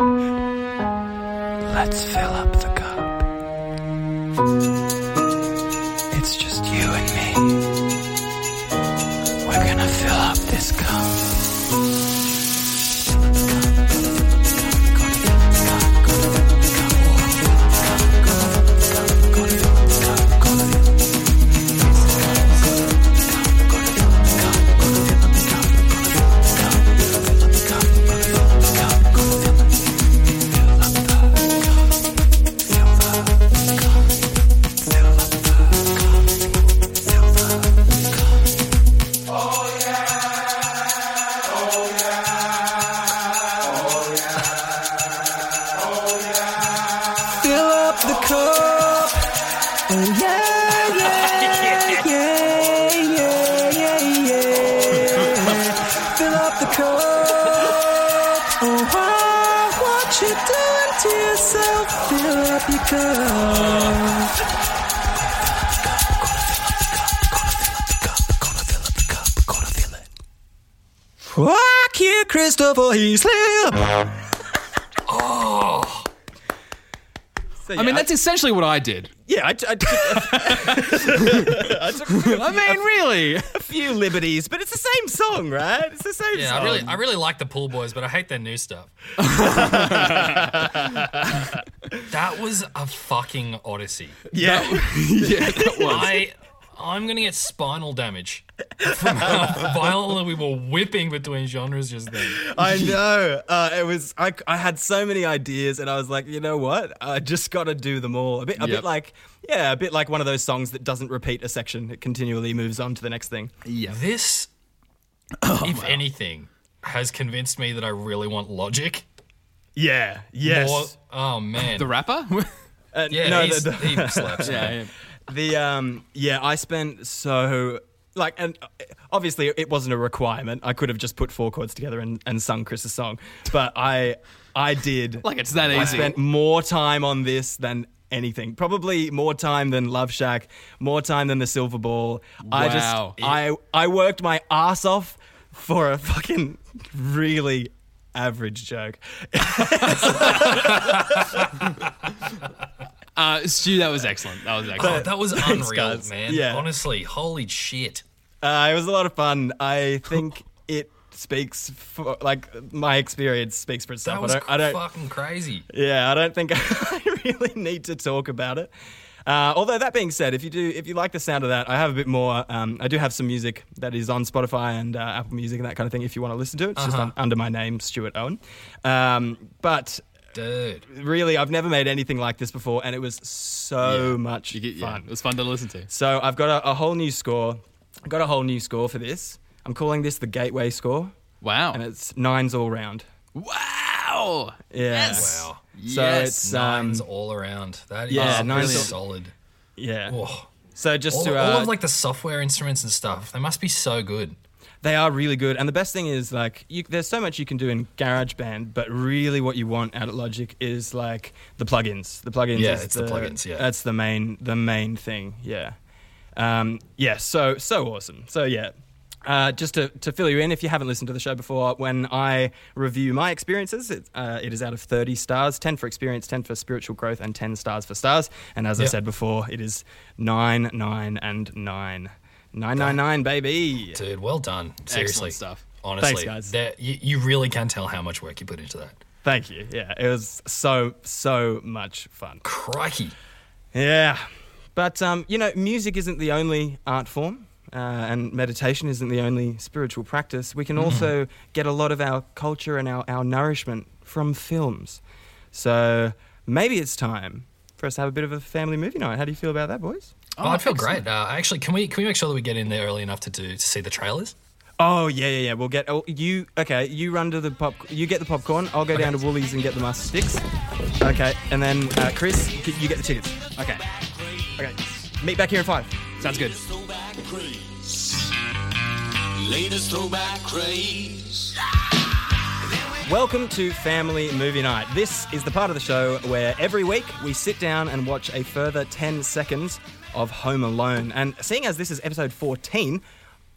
let's fill up the cup. It's just you and me. We're gonna fill up this cup. fill up the cup. Oh yeah, yeah, yeah, yeah, yeah, yeah. Fill up the cup. Oh, wow, what you doing to yourself? Fill up your cup. Fuck you, Christopher Heasley. I mean, that's essentially what [LAUGHS] I did. yeah. I, I took I mean, [LAUGHS] really. a few liberties, but it's the same song, right? It's the same Yeah, song. I really, I really like the Pool Boys, but I hate their new stuff. that was a fucking odyssey. [LAUGHS] yeah. yeah, that was. I, I'm gonna get spinal damage [LAUGHS] from how violently we were whipping between genres just then. [LAUGHS] I know. Uh, it was. I, I had so many ideas, and I was like, you know what? I just got to do them all. A bit, a bit Yep. like, yeah, a bit like one of those songs that doesn't repeat a section. It continually moves on to the next thing. This, Oh, if anything, has convinced me that I really want logic. Yeah. Yes. Or- oh man, The rapper? [LAUGHS] Uh, yeah, no, he's- the, the, he [LAUGHS] slaps. yeah, yeah. the um. Yeah, I spent so like, and uh, obviously it wasn't a requirement. I could have just put four chords together and, and sung Chris's song, but I, I did. Like, it's that I easy. spent more time on this than anything. Probably more time than Love Shack, more time than the Silver Ball. I Wow. just I I worked my ass off for a fucking really average joke. Uh, Stu, that was excellent. That was Oh, excellent. [LAUGHS] that was unreal, guys. man. Yeah. Honestly, holy shit. Uh, it was a lot of fun. I think it speaks for like my experience speaks for itself. That was I don't, I don't fucking crazy. Yeah, I don't think [LAUGHS] I really need to talk about it. Uh, although that being said, if you do, if you like the sound of that, I have a bit more. Um, I do have some music that is on Spotify and uh, Apple Music and that kind of thing. If you want to listen to it, it's just Uh-huh. un- under my name, Stuart Owen. Um, but Dude. really, I've never made anything like this before, and it was so much You get- yeah, fun. It was fun to listen to. So I've got a, a whole new score. I've got a whole new score for this. I'm calling this the Gateway Score, Wow. and it's nines all round. wow. Yeah. Yes. Wow. So Yes. it's um, Nines all around. That is yeah, really nines- solid. yeah. Oh. So just All, to uh, all of like the software instruments and stuff, they must be so good. They are really good, and the best thing is like you, there's so much you can do in GarageBand, but really what you want out of Logic is like the plugins. The plugins, Yeah, is it's the plugins, yeah. that's the main the main thing. Yeah, um, yeah. So so awesome. So yeah. Uh, just to, to fill you in, if you haven't listened to the show before, when I review my experiences, it, uh, it is out of 30 stars 10 for experience, 10 for spiritual growth, and 10 stars for stars. And as I Yeah. said before, it is 9, 9, and 9. 999, baby. Dude, well done. Seriously. Excellent stuff. Honestly, Thanks, guys. there- You, you really can tell how much work you put into that. Thank you. Yeah, it was so so much fun. Crikey. Yeah, but um, you know, music isn't the only art form, uh, and meditation isn't the only spiritual practice. We can also get a lot of our culture and our, our nourishment from films. So maybe it's time for us to have a bit of a family movie night. How do you feel about that, boys? Oh, I'd feel great. Uh, actually, can we can we make sure that we get in there early enough to do to see the trailers? Oh yeah, yeah, yeah. We'll get oh, you. Okay, you run to the pop. You get the popcorn. I'll go down to Woolies and get the mustard sticks. Okay, and then uh, Chris, g- you get the tickets. Okay, okay. Meet back here in five. Sounds good. throwback craze. Latest throwback craze. Welcome to Family Movie Night. This is the part of the show where every week we sit down and watch a further 10 seconds of Home Alone. And seeing as this is episode 14,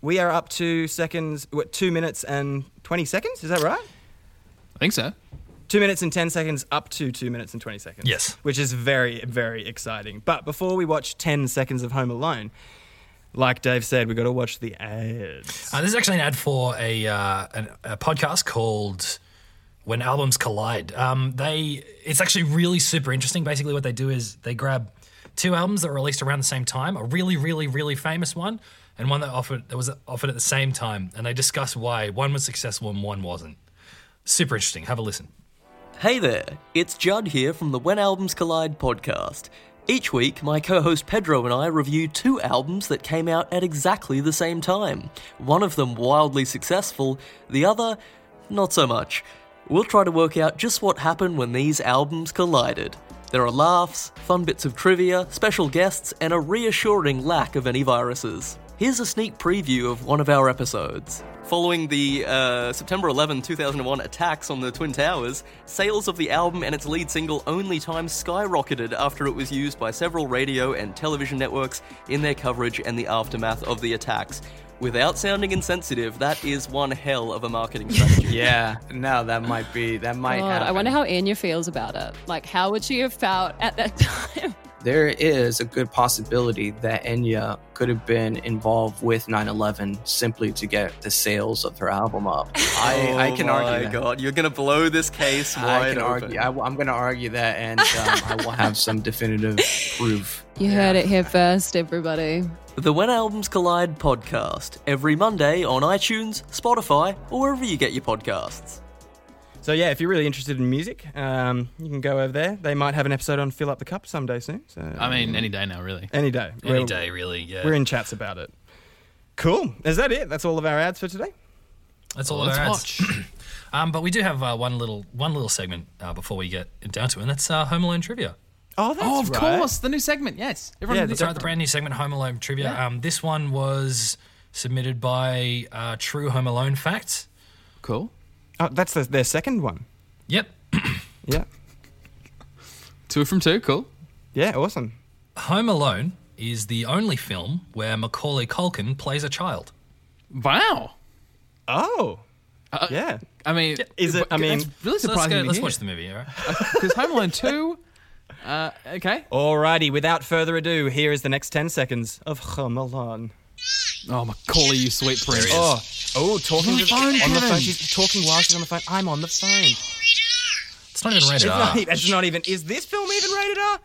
We are up to seconds, what, two minutes and 20 seconds? Is that right? I think so. Two minutes and 10 seconds up to two minutes and 20 seconds. Yes. Which is very, very exciting. But before we watch 10 seconds of Home Alone, like Dave said, we've got to watch the ads. Uh, this is actually an ad for a, uh, an, a podcast called "When Albums Collide." Um, they it's actually really super interesting. Basically, what they do is they grab two albums that were released around the same time, a really, really, really famous one, and one that offered that was offered at the same time, and they discuss why one was successful and one wasn't. Super interesting. Have a listen. Hey there, it's Judd here from the When Albums Collide podcast. Each week, my co host Pedro and I review two albums that came out at exactly the same time. One of them wildly successful, the other, not so much. We'll try to work out just what happened when these albums collided. There are laughs, fun bits of trivia, special guests, and a reassuring lack of any viruses. Here's a sneak preview of one of our episodes. Following the uh, September 11, 2001 attacks on the Twin Towers, sales of the album and its lead single Only Time skyrocketed after it was used by several radio and television networks in their coverage and the aftermath of the attacks. Without sounding insensitive, that is one hell of a marketing strategy. [LAUGHS] Yeah, no, that might be that might God, happen. Oh, I wonder how Anya feels about it. Like, how would she have felt at that [LAUGHS] time? there is a good possibility that Enya could have been involved with 9/11 simply to get the sales of her [LAUGHS] album up. I, I can oh argue that. my god, you're gonna blow this case wide I can open. argue. I, am going to argue that, and um, I will [LAUGHS] have some definitive proof. You heard it here first, everybody. The When Albums Collide podcast, every Monday on iTunes, Spotify, or wherever you get your podcasts. So, yeah, if you're really interested in music, um, you can go over there. They might have an episode on Fill Up the Cup someday soon. So I mean, any day now, really. any day. Any day, really. Yeah, We're in chats about it. Cool. Is that it? That's all of our ads for today? that's all. Let's our ads. watch. [CLEARS THROAT] Um, but we do have uh, one little one little segment uh, before we get down to it, and that's uh, Home Alone trivia. Oh, that's oh, of right. course, the new segment. Yes, everyone. Yeah, remembers that's That's right, the brand new segment, Home Alone Trivia. Um, this one was submitted by uh, True Home Alone Facts. that. Cool. Oh, that's the, their second one. Yep. [CLEARS THROAT] Yeah. Two from two. Cool. Yeah, awesome. Home Alone is the only film where Macaulay Culkin plays a child. Wow. Oh, Uh, yeah. I mean, Is it- I mean- that's really So let's, surprising. go, to let's hear. watch the movie, all right? Because Home Alone 2. Uh, okay. Alrighty, without further ado, here is the next 10 seconds of Home Alone. Oh, Macaulay, you sweet prince. Oh, oh, talking to the, phone, on the phone. Kevin. She's talking while she's on the phone. I'm on the phone. It's not even [LAUGHS] rated R. Right, That's not even. Is this film even rated R?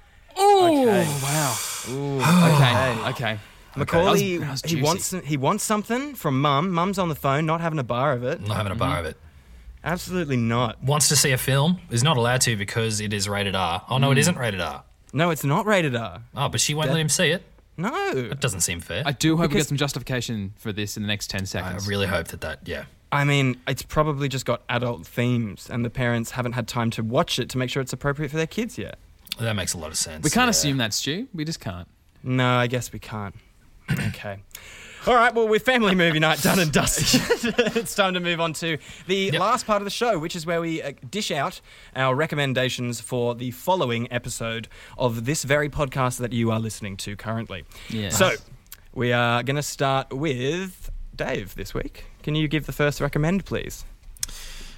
okay. Okay. Macaulay, That was- that was he juicy. wants he wants something from mum. Mum's on the phone, not having a bar of it. I'm not having a Mm-hmm. bar of it. Absolutely not. Wants to see a film, is not allowed to because it is rated R. Oh, Mm. no, it isn't rated R. No, it's not rated R. Oh, but she won't let him see it. No. Doesn't seem fair. I I, do hope we get some justification for this in the next 10 seconds. really hope that that, yeah. I mean, it's probably just got adult themes, and the parents haven't had time to watch it to make sure it's appropriate for their kids yet. That makes a lot of sense. we can't yeah. assume that, Stu. We just can't. No, I guess we can't. okay. All right, well, with family movie night done and dusted, [LAUGHS] it's time to move on to the last part of the show, which is where we uh, dish out our recommendations for the following episode of this very podcast that you are listening to currently. Yes. So, we are going to start with Dave this week. Can you give the first recommend, please?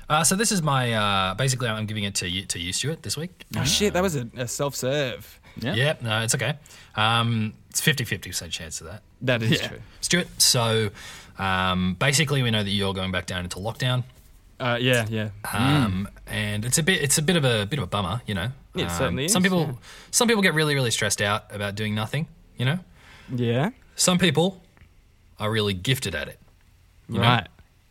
Uh, so this is my, uh, basically, I'm giving it to you, to you, Stuart, this week. Oh, shit, that was a, a self serve. Yeah. Yeah, no, it's okay. Um, it's 50 50% chance of that. That is true. Stuart, so um, basically, we know that you're going back down into lockdown. Uh, yeah, yeah. Um, and it's a bit it's a bit of a bit of a bummer, you know. It Um, certainly is, Some people some people get really really stressed out about doing nothing, you know. Yeah. Some people are really gifted at it. You right.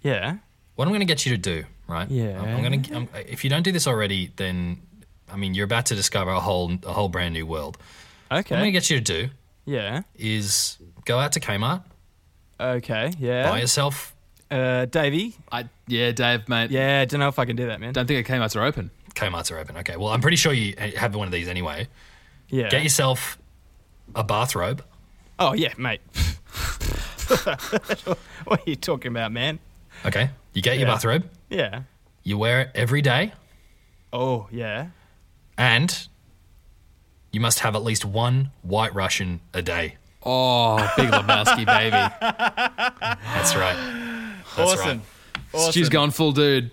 Know? Yeah. What I'm going to get you to do, right? Yeah. I'm, going to if you don't do this already, then I mean, you're about to discover a whole a whole brand new world. What I'm going Okay. to get you to do Yeah. is go out to Kmart, Okay. Yeah. buy yourself Uh, Davey. I, yeah, Dave, mate. Yeah, don't know if I can do that, man. Don't think it came out to open. Kmart's are open. Okay. Well, I'm pretty sure you have one of these anyway. Yeah. Get yourself a bathrobe. oh yeah, mate. [LAUGHS] what are you talking about, man? Okay. You get your Yeah. bathrobe. Yeah. You wear it every day, Oh yeah. and you must have at least one White Russian a day. Oh, Big Lebowski, baby. That's [GASPS] right. That's Awesome. right. Awesome. Stu's gone full dude.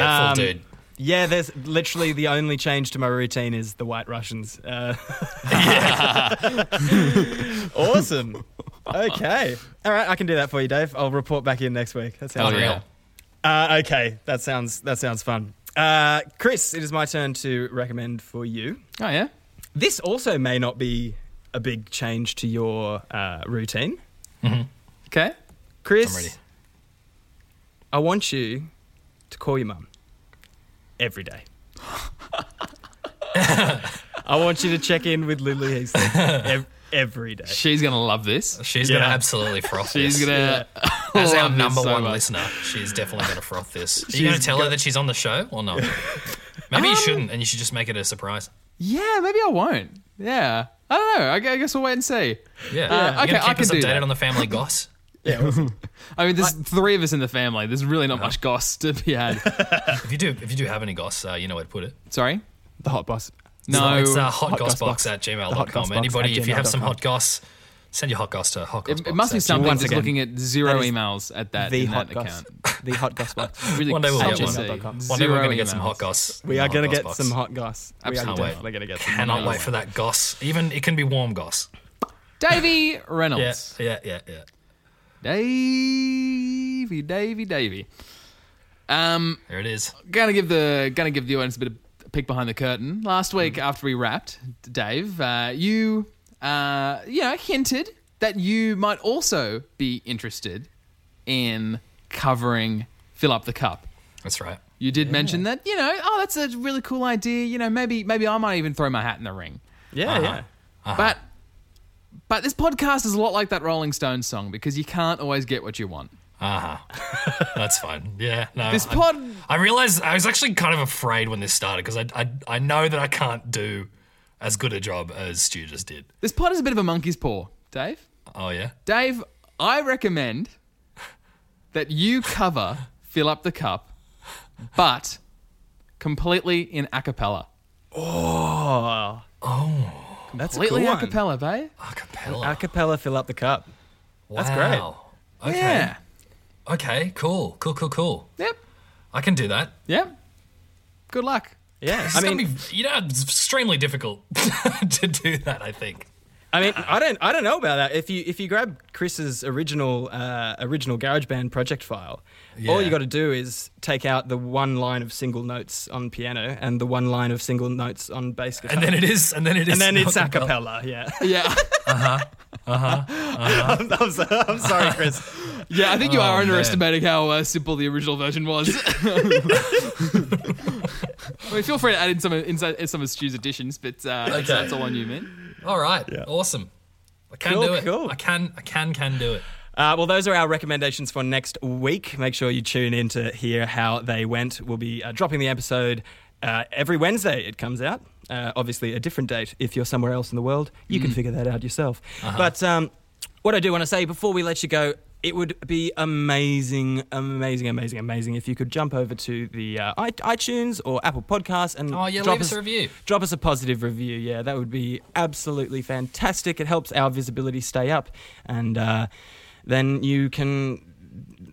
Um, Yeah, there's literally the only change to my routine is the White Russians. Uh, [LAUGHS] awesome. Okay. All right, I can do that for you, Dave. I'll report back in next week. That sounds Oh, yeah. real. Uh, okay, that sounds that sounds fun. Uh, Chris, it is my turn to recommend for you. Oh yeah. This also may not be a big change to your uh, routine. Okay. Chris, I want you to call your mum every day. I want you to check in with Lily Heasley ev- every day. She's gonna love this. She's gonna absolutely [LAUGHS] froth She's this. gonna. As our love this number so one much. listener, she's definitely going to froth this. Are you She's going Um, to tell her that she's on the show [LAUGHS] or not? Maybe you shouldn't, and you should just make it a surprise. Yeah, maybe I won't. Yeah, I don't know. I gu- I guess we'll wait and see. Uh, Yeah. You're okay, gonna keep I can us do updated that. on the family [LAUGHS] goss. I mean, there's three of us in the family. There's really Uh-huh. not much goss to be [LAUGHS] had. if you do, if you do have any goss, uh, you know where to put it. Sorry, the hot boss. No, So it's uh, hot goss box. hotgossbox at gmail.com. Anybody, if you have some hot goss, send your hot goss to hotgossbox. It, it must be something Once just again, looking at zero that is emails at that the in hot that goss. account. The hot goss box. [LAUGHS] Really One day we'll get catchy. one. One day we're Zero going to get some emails. hot goss. We in are the going to get hotgossbox. some hot goss. Can't We are wait. definitely going to get some Cannot hot wait goss. for that goss. Even it can be warm goss. [LAUGHS] Davy Yeah, Reynolds. yeah, yeah, yeah. Davy, Davy, Davy. Um, There it is. gonna give the gonna give the audience a bit of a peek behind the curtain. Last week, Mm. after we wrapped, Dave, uh, you uh, you know hinted that you might also be interested in covering fill up the cup. That's right. You did mention that you know oh that's a really cool idea. You know maybe maybe I might even throw my hat in the ring. Uh-huh. Yeah, Uh-huh. yeah. But but this podcast is a lot like that Rolling Stones song because you can't always get what you want. Uh huh. That's fine. Yeah. No. This Uh, I- pod- I, realized I was actually kind of afraid when this started because I, I I know that I can't do as good a job as Stu just did. This pod is a bit of a monkey's paw, Dave. Oh yeah. Dave, I recommend that you cover Fill Up the Cup, but completely in a cappella. Oh, that's a Completely cool a one. cappella, babe. Acapella. Acapella, fill up the cup. That's great. wow. great. Okay. Yeah. Okay. Cool. Cool. Cool. Cool. Yep. I can do that. Yep. Good luck. Yeah, This I is mean, gonna be you know it's extremely difficult [LAUGHS] to do that. I think. I mean, I don't, I don't know about that. If you if you grab Chris's original uh, original GarageBand project file, all Yeah. you got to do is take out the one line of single notes on piano and the one line of single notes on bass guitar, And then it is. And then it is. and then [LAUGHS] it's a cappella. acapella. Yeah, [LAUGHS] Yeah. Uh-huh. I'm, [LAUGHS] I'm so- I'm sorry, Chris. [LAUGHS] Yeah, I think you Oh, are man. underestimating how uh, simple the original version [LAUGHS] was. I mean, feel free to add in some of, inside, some of Stu's additions, but uh, that's- Okay. that's all on you, man. All right. Awesome. I can Cool, do it. cool. I can. I can. Can do it. Uh, well, those are our recommendations for next week. Make sure you tune in to hear how they went. We'll be uh, dropping the episode uh, every Wednesday, it comes out. Uh, obviously, a different date if you're somewhere else in the world. You Mm. can figure that out yourself. Uh-huh. But um, what I do want to say before we let you go, it would be amazing, amazing, amazing, amazing if you could jump over to the uh, i- iTunes or Apple Podcasts and Oh yeah. drop leave us a review. drop us a positive review. Yeah, that would be absolutely fantastic. It helps our visibility stay up, and uh, then you can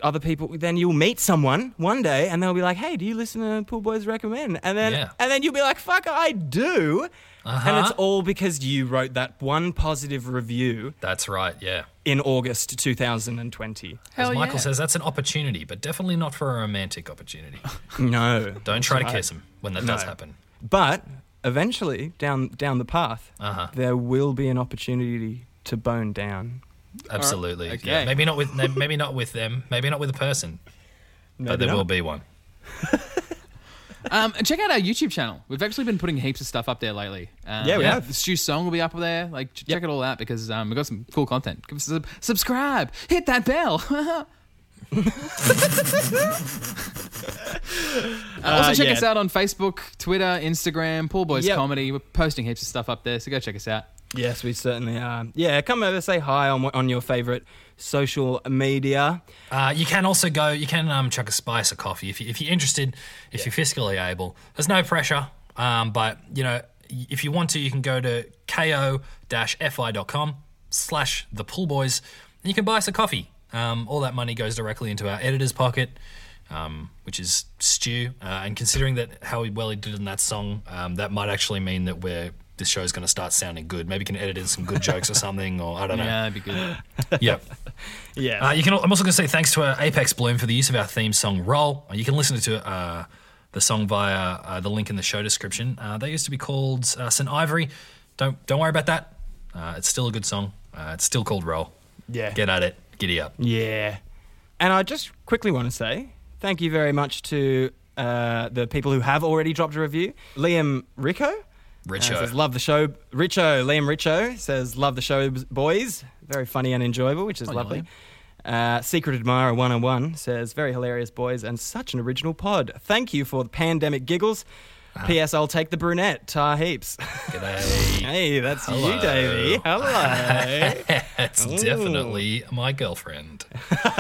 other people. Then you'll meet someone one day, and they'll be like, "Hey, do you listen to Pool Boys Recommend?" And then Yeah. Uh-huh. and then you'll be like, "Fuck, I do." And it's all because you wrote that one positive review That's right. Yeah. in August 2020. As Michael yeah. says, that's an opportunity, but definitely not for a romantic [LAUGHS] opportunity. No, Don't try to kiss him when that does No. happen. but eventually down down the path, Uh-huh. there will be an opportunity to bone down. Absolutely. Okay. Yeah. Maybe not with maybe not with them. Maybe not with a person. but Oh, there not. will be one. Um, and check out our YouTube channel. We've actually been putting heaps of stuff up there lately. Um, Yeah, we yeah. have. Stu's song will be up there. Like, ch- check it all out because um, we've got some cool content. Give us a subscribe. Hit that bell. [LAUGHS] Uh, also, check Uh, yeah. us out on Facebook, Twitter, Instagram, Pool Boys Yep. Comedy. We're posting heaps of stuff up there, so go check us out. Yes, we certainly are. Yeah, come over, say hi on on your favorite social media. Uh, you can also go. You can um, chuck a spice a coffee if, you, if you're interested. If you're fiscally able, there's no pressure. Um, but you know, y- if you want to, you can go to ko-fi.com slash the Pool Boys. And you can buy us a coffee. Um, all that money goes directly into our editor's pocket, um, which is Stu. Uh, and considering that how well he did in that song, um, that might actually mean that we're this show's going to start sounding good. Maybe you can edit in some good jokes or something, or I don't know. Yeah, that'd be [GASPS] good. yep. Yeah. Uh, you can. al- I'm also going to say thanks to uh, Apex Bloom for the use of our theme song "Roll." Uh, You can listen to uh, the song via uh, the link in the show description. Uh, they used to be called uh, St Ivory. Don't don't worry about that. Uh, it's still a good song. Uh, it's still called "Roll." Yeah. Get at it. [LAUGHS] Giddy up. Yeah. And I just quickly want to say thank you very much to uh, the people who have already dropped a review. Liam Rico. uh, Richo. says, love the show. Richo, Liam Richo says, love the show, b- boys. Very funny and enjoyable, which is Oh, yeah, lovely. Uh, Secret Admirer 101 says, very hilarious, boys, and such an original pod. Thank you for the pandemic giggles. P.S. I'll take the brunette, tar heaps. [LAUGHS] hey, that's you, Davey. [LAUGHS] Hello. That's Ooh. definitely [LAUGHS] my girlfriend. [LAUGHS]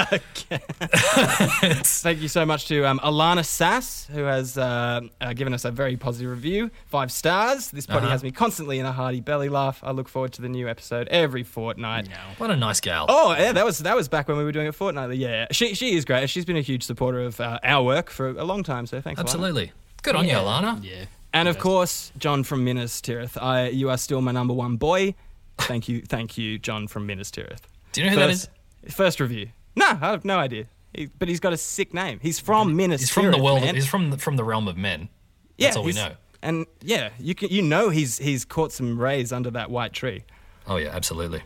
Thank you so much to um, Alana Sass, who has uh, uh, given us a very positive review. Five stars. This potty Uh-huh. has me constantly in a hearty belly laugh. I look forward to the new episode every fortnight. What a nice gal. Oh yeah, that was that was back when we were doing it fortnightly. Yeah, she she is great. She's been a huge supporter of uh, our work for a long time. So thanks. Alana. Absolutely. Good on Yeah. you, Alana. Yeah. And of course, John from Minas Tirith. I you are still my number one boy. Thank you, thank you, John from Minas Tirith. Do you know who that First- First review. No, I have no idea. He, but he's got a sick name. He's from Minas. He's from the Tirith, world. man. He's from the, from the realm of men. Yeah, That's all we he's- know. And yeah, you can, you know he's he's caught some rays under that white tree. Oh yeah, absolutely.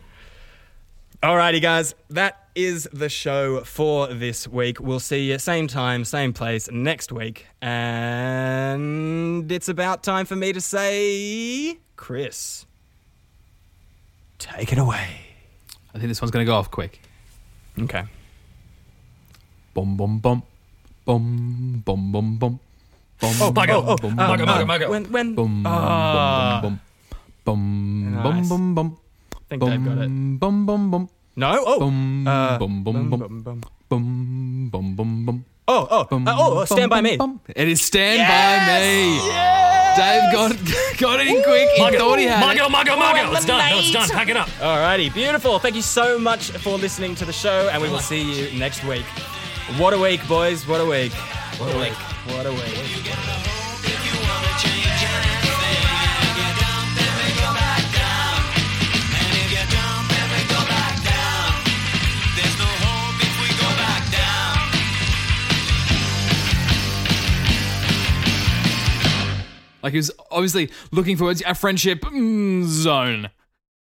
Alrighty, guys, that is the show for this week. We'll see you same time, same place next week. And it's about time for me to say, Chris, take it away. I think this one's going to go off quick. Okay. Bum bum bum, bum bum bum bum. Bum, Oh, bum, Margot, oh, bum, uh, bum, uh, bum, Margot. When- when- bum, Ah. bum, bum, bum, Nice. bum, bum, bum. Think Dave got it. Bum, bum, bum, bum. No, oh, Bum, uh, bum, bum, bum, bum. bum, bum. Bum, bum, bum, bum. Oh, oh, Bum, uh, oh, oh, stand by bum, me. bum. It is stand by me. Dave got [LAUGHS] got it in quick. He Margot, thought he had Margot, it. Margot, Margot. It's done. No, it's done. Pack it up. Alrighty, beautiful. Thank you so much for listening to the show, and we will see you next week. What a week, boys. What a week. What a week. What a week. Like he was obviously looking for a friendship mm, zone.